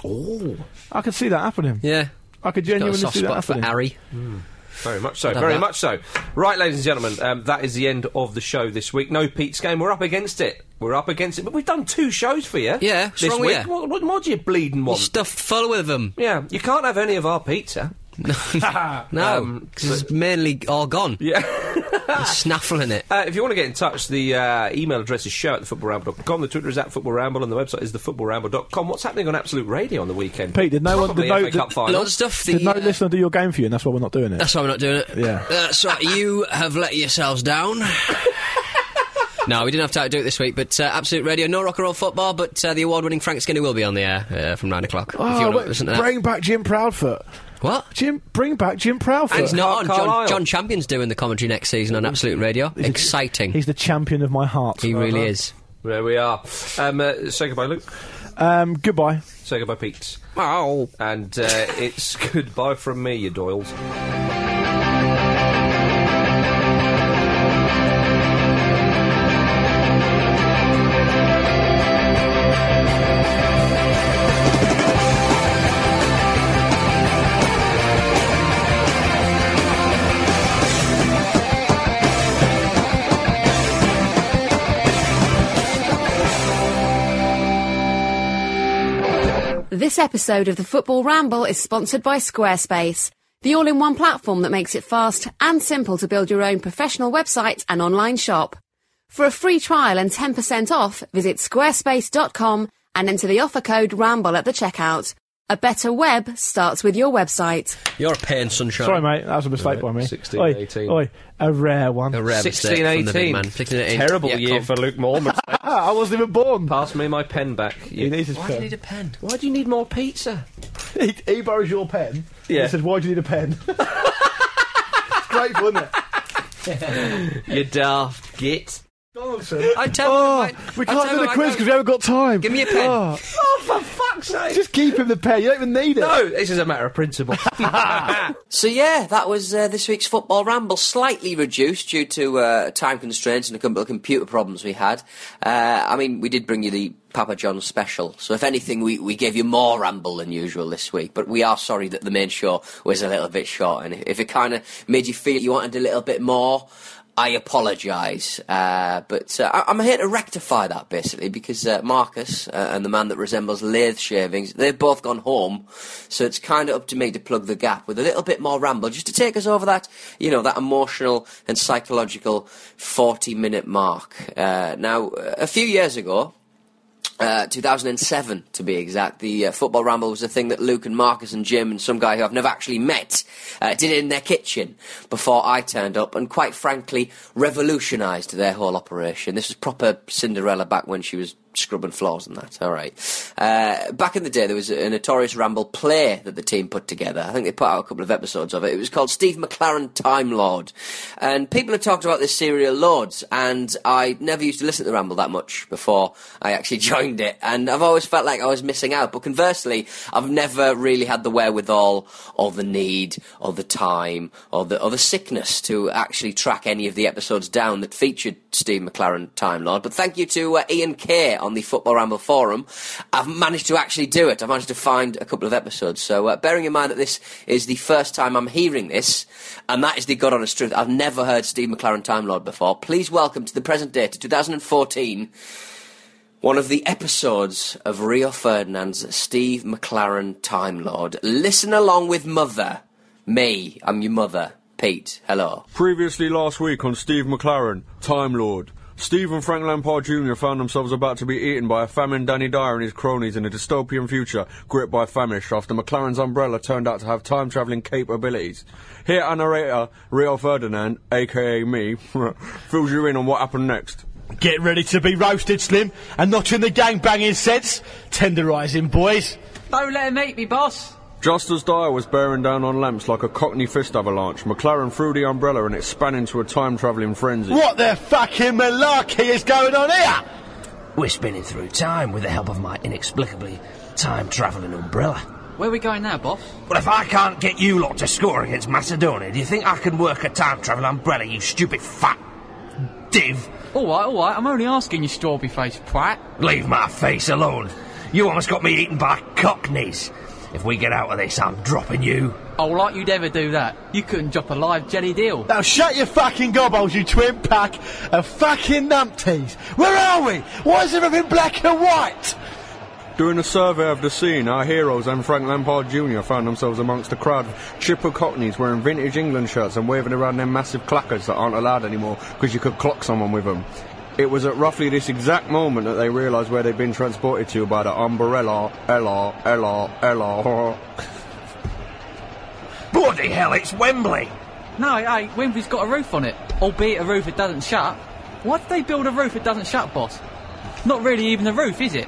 Speaker 5: Oh, I could see that happening.
Speaker 4: Yeah.
Speaker 5: I could
Speaker 4: Got a
Speaker 5: genuinely
Speaker 4: soft
Speaker 5: see that
Speaker 4: spot for
Speaker 5: happening.
Speaker 4: Harry.
Speaker 3: Very much so.
Speaker 4: I'd have
Speaker 3: Very
Speaker 4: that.
Speaker 3: much so. Right, ladies and gentlemen, um, that is the end of the show this week. No Pete's game. We're up against it. We're up against it. But we've done two shows for you.
Speaker 4: Yeah, what's
Speaker 3: this
Speaker 4: wrong with
Speaker 3: week.
Speaker 4: you?
Speaker 3: What, what more do you bleeding want?
Speaker 4: Stuffed full with them.
Speaker 3: yeah, you can't have any of our pizza.
Speaker 4: No,
Speaker 3: Um,
Speaker 4: 'cause it's mainly all gone.
Speaker 3: Yeah.
Speaker 4: It's snaffling it.
Speaker 3: Uh, if you want to get in touch, the uh, email address is show at thefootballramble.com. The Twitter is at footballramble, and the website is thefootballramble.com. What's happening on Absolute Radio on the weekend?
Speaker 5: Pete, did no one-
Speaker 3: Probably
Speaker 5: did no-
Speaker 3: FA
Speaker 5: did-
Speaker 3: Cup final.
Speaker 4: Loads of stuff. The,
Speaker 5: Did no
Speaker 4: uh,
Speaker 5: listener do your game for you, and that's why we're not doing it.
Speaker 4: That's why we're not doing it.
Speaker 5: Yeah.
Speaker 4: That's right. You have let yourselves down. no, we didn't have time to do it this week, but uh, Absolute Radio, no rock and roll football, but uh, the award winning Frank Skinner will be on the air uh, from 9 o'clock. if you
Speaker 5: Oh,
Speaker 4: want
Speaker 5: wait,
Speaker 4: to listen to that.
Speaker 5: bring back Jim Proudfoot.
Speaker 4: What?
Speaker 5: Jim, bring back Jim Proudfoot.
Speaker 4: And he's not on.
Speaker 3: Carl
Speaker 4: John,
Speaker 3: Carlisle.
Speaker 4: John Champion's doing the commentary next season on Absolute Radio. Exciting.
Speaker 5: He's the champion of my heart.
Speaker 4: he really is.
Speaker 3: There we are. Um, uh, say goodbye, Luke.
Speaker 5: Um, goodbye.
Speaker 3: Say goodbye, Pete.
Speaker 4: Wow.
Speaker 3: And uh, it's goodbye from me, you Doyles.
Speaker 2: This episode of the Football Ramble is sponsored by Squarespace, the all in one platform that makes it fast and simple to build your own professional website and online shop. For a free trial and 10% off, visit squarespace.com and enter the offer code RAMBLE at the checkout. A better web starts with your website.
Speaker 4: You're a pain, sunshine.
Speaker 5: Sorry, mate. That was a mistake by me.
Speaker 3: 16,
Speaker 5: oi,
Speaker 3: 18.
Speaker 5: Oi, a rare one.
Speaker 4: A rare mistake
Speaker 3: 16,
Speaker 4: from the big
Speaker 3: 18.
Speaker 4: man. 16, 18.
Speaker 3: Terrible
Speaker 4: Yeah,
Speaker 3: year
Speaker 4: come.
Speaker 3: for Luke Mormon.
Speaker 5: Ah, I wasn't even born.
Speaker 3: Pass me my pen back.
Speaker 5: He needs his
Speaker 4: Why do you
Speaker 5: pen.
Speaker 4: need a pen?
Speaker 3: Why do you need more pizza?
Speaker 5: He, he borrows your pen.
Speaker 3: Yeah.
Speaker 5: He says, "Why do you need a pen?" it's grateful, isn't it?
Speaker 3: You daft git.
Speaker 5: Donaldson.
Speaker 4: I tell
Speaker 5: Oh,
Speaker 4: I-
Speaker 5: we
Speaker 4: I
Speaker 5: can't
Speaker 4: tell
Speaker 5: do
Speaker 4: him
Speaker 5: the
Speaker 4: I
Speaker 5: quiz
Speaker 4: don't-
Speaker 5: because we haven't got time.
Speaker 4: Give me a pen.
Speaker 5: Oh,
Speaker 3: Oh, for fuck's sake!
Speaker 5: just keep him the pen. You don't even need it.
Speaker 3: no, Oh, this is a matter of principle.
Speaker 6: So yeah, that was uh, this week's football ramble, slightly reduced due to uh, time constraints and a couple of computer problems we had. Uh, I mean, we did bring you the Papa John special, so if anything, we, we gave you more ramble than usual this week. But we are sorry that the main show was a little bit short, and if it kind of made you feel you wanted a little bit more. I apologise, uh, but uh, I- I'm here to rectify that basically because uh, Marcus uh, and the man that resembles lathe shavings, they've both gone home, so it's kind of up to me to plug the gap with a little bit more ramble, just to take us over that, you know, that emotional and psychological 40-minute mark. Uh, now, a few years ago, uh, 2007, to be exact. The uh, football ramble was a thing that Luke and Marcus and Jim and some guy who I've never actually met uh, did in their kitchen before I turned up and, quite frankly, revolutionised their whole operation. This was proper Cinderella back when she was
Speaker 4: scrubbing floors and that. All right. Uh, back in the day, there was a notorious Ramble play that the team put together. I think they put out a couple of episodes of it. It was called Steve McLaren Time Lord, and people have talked about this serial loads. And I never used to listen to the Ramble that much before I actually joined it, and I've always felt like I was missing out. But conversely, I've never really had the wherewithal or the need or the time or the or the sickness to actually track any of the episodes down that featured Steve McLaren Time Lord. But thank you to uh, Ian Kerr on the Football Ramble forum. I've managed to actually do it. I've managed to find a couple of episodes. So uh, bearing in mind that this is the first time I'm hearing this, and that is the God honest truth. I've never heard Steve McLaren Time Lord before. Please welcome to the present day to 2014 one of the episodes of Rio Ferdinand's Steve McLaren Time Lord. Listen along with Mother. Me, I'm your mother. Pete, hello.
Speaker 7: Previously last week on Steve McLaren, Time Lord. Steve and Frank Lampard Jr. found themselves about to be eaten by a famined Danny Dyer and his cronies in a dystopian future gripped by famish after McLaren's umbrella turned out to have time travelling capabilities. Here, our narrator, Rio Ferdinand, aka me, fills you in on what happened next.
Speaker 5: Get ready to be roasted, Slim, and not in the gang banging sets. Tenderising, boys.
Speaker 8: Don't let him eat me, boss.
Speaker 7: Just as Dyer was bearing down on lamps like a cockney fist avalanche, McLaren threw the umbrella and it span into a time travelling frenzy.
Speaker 5: What the fucking malarkey is going on here?
Speaker 9: We're spinning through time with the help of my inexplicably time travelling umbrella.
Speaker 8: Where are we going now, boss?
Speaker 9: Well, if I can't get you lot to score against Macedonia, do you think I can work a time travel umbrella, you stupid fat div?
Speaker 8: All right, all right. I'm only asking you, strawberry faced prat.
Speaker 9: Leave my face alone. You almost got me eaten by cockneys. If we get out of this, I'm dropping you.
Speaker 8: Oh, like you'd ever do that. You couldn't drop a live jelly deal.
Speaker 5: Now shut your fucking gobbles, you twin pack of fucking numpties. Where are we? Why is everything black and white?
Speaker 7: Doing a survey of the scene, our heroes and Frank Lampard Jr. found themselves amongst a crowd of chipper cockneys wearing vintage England shirts and waving around their massive clackers that aren't allowed anymore because you could clock someone with them. It was at roughly this exact moment that they realised where they'd been transported to by the umbrella, LR, LR, LR.
Speaker 9: Bloody hell, it's Wembley.
Speaker 8: No, hey, Wembley's got a roof on it, albeit a roof that doesn't shut. Why did they build a roof that doesn't shut, boss? Not really even a roof, is it?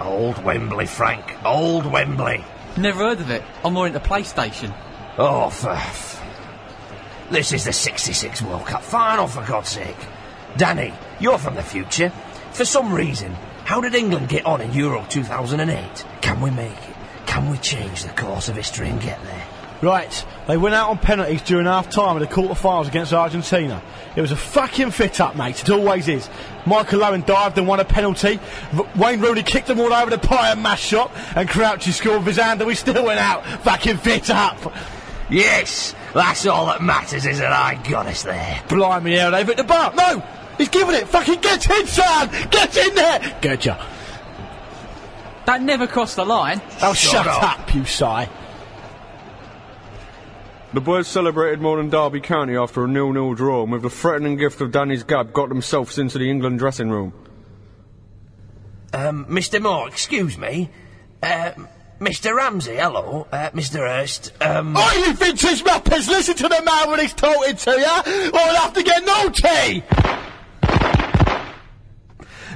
Speaker 9: Old Wembley, Frank. Old Wembley.
Speaker 8: Never heard of it. I'm more into PlayStation.
Speaker 9: Oh, for. f- This is the 66 World Cup final, for God's sake. Danny, you're from the future. For some reason, how did England get on in Euro 2008? Can we make it? Can we change the course of history and get there?
Speaker 5: Right, they went out on penalties during half time in the quarterfinals against Argentina. It was a fucking fit up, mate. It always is. Michael Owen dived and won a penalty. R- Wayne Rooney kicked them all over the pie and mash shot. And Crouchy scored with his hand, and we still went out fucking fit up.
Speaker 9: Yes! That's all that matters, is that I got us there.
Speaker 5: Blimey, hell, they've hit the bar. No! He's giving it! Fucking get in, son! Get in there! Gotcha.
Speaker 8: That never crossed the line.
Speaker 5: Oh, shut,
Speaker 9: up.
Speaker 5: up, you sigh.
Speaker 7: The boys celebrated more than Derby County after a nil-nil draw and with the threatening gift of Danny's gab got themselves into the England dressing room.
Speaker 9: Um, Mr. Moore, excuse me. Uh, Mr. Ramsey, hello. Uh, Mr. Hurst, um.
Speaker 5: Oh, you vintage muppets, listen to the man when he's talking to you, or I'll have to get naughty!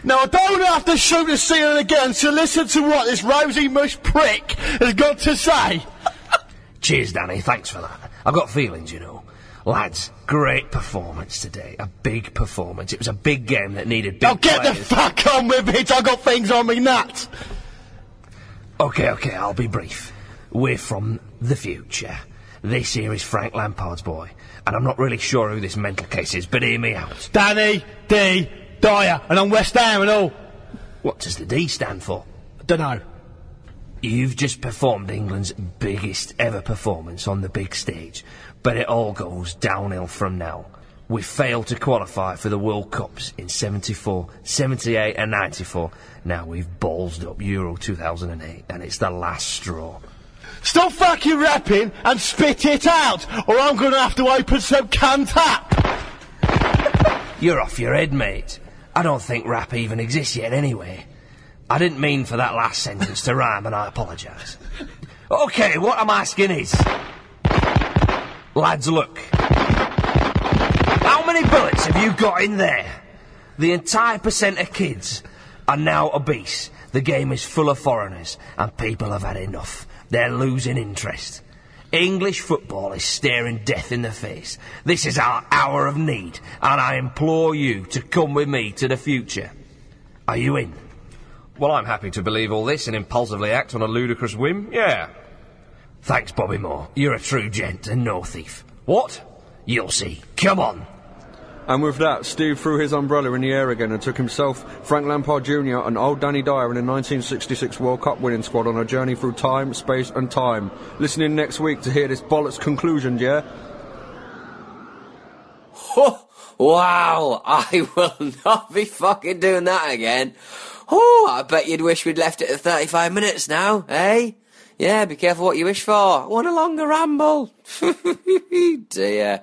Speaker 5: Now, I don't have to shoot the ceiling again, so listen to what this rosy mush prick has got to say.
Speaker 9: Cheers, Danny. Thanks for that. I've got feelings, you know. Lads, great performance today. A big performance. It was a big game that needed big
Speaker 5: Now get the
Speaker 9: players.
Speaker 5: fuck on with it, I've got things on me nuts.
Speaker 9: okay, okay, I'll be brief. We're from the future. This here is Frank Lampard's boy. And I'm not really sure who this mental case is, but hear me out.
Speaker 5: Danny, D, Dyer, and I'm West Ham and all.
Speaker 9: What does the D stand for?
Speaker 5: Dunno.
Speaker 9: You've just performed England's biggest ever performance on the big stage, but it all goes downhill from now. We failed to qualify for the World Cups in 74, 78 and 94. Now we've ballsed up Euro 2008 and it's the last straw.
Speaker 5: Stop fucking rapping and spit it out, or I'm gonna have to open some cunt up.
Speaker 9: You're off your head, mate. I don't think rap even exists yet anyway. I didn't mean for that last sentence to rhyme and I apologise. Okay, what I'm asking is... Lads, look. How many bullets have you got in there? The entire percent of kids are now obese. The game is full of foreigners, and people have had enough. They're losing interest. English football is staring death in the face. This is our hour of need, and I implore you to come with me to the future. Are you in?
Speaker 10: Well, I'm happy to believe all this and impulsively act on a ludicrous whim. Yeah.
Speaker 9: Thanks, Bobby Moore. You're a true gent and no thief. What? You'll see. Come on.
Speaker 7: And with that, Steve threw his umbrella in the air again and took himself, Frank Lampard Jr., and old Danny Dyer in the 1966 World Cup winning squad on a journey through time, space, and time. Listen in next week to hear this bollocks conclusion, yeah?
Speaker 4: Wow, I will not be fucking doing that again. Oh, I bet you'd wish we'd left it at 35 minutes now, eh? Yeah, be careful what you wish for. I want a longer ramble. Dear.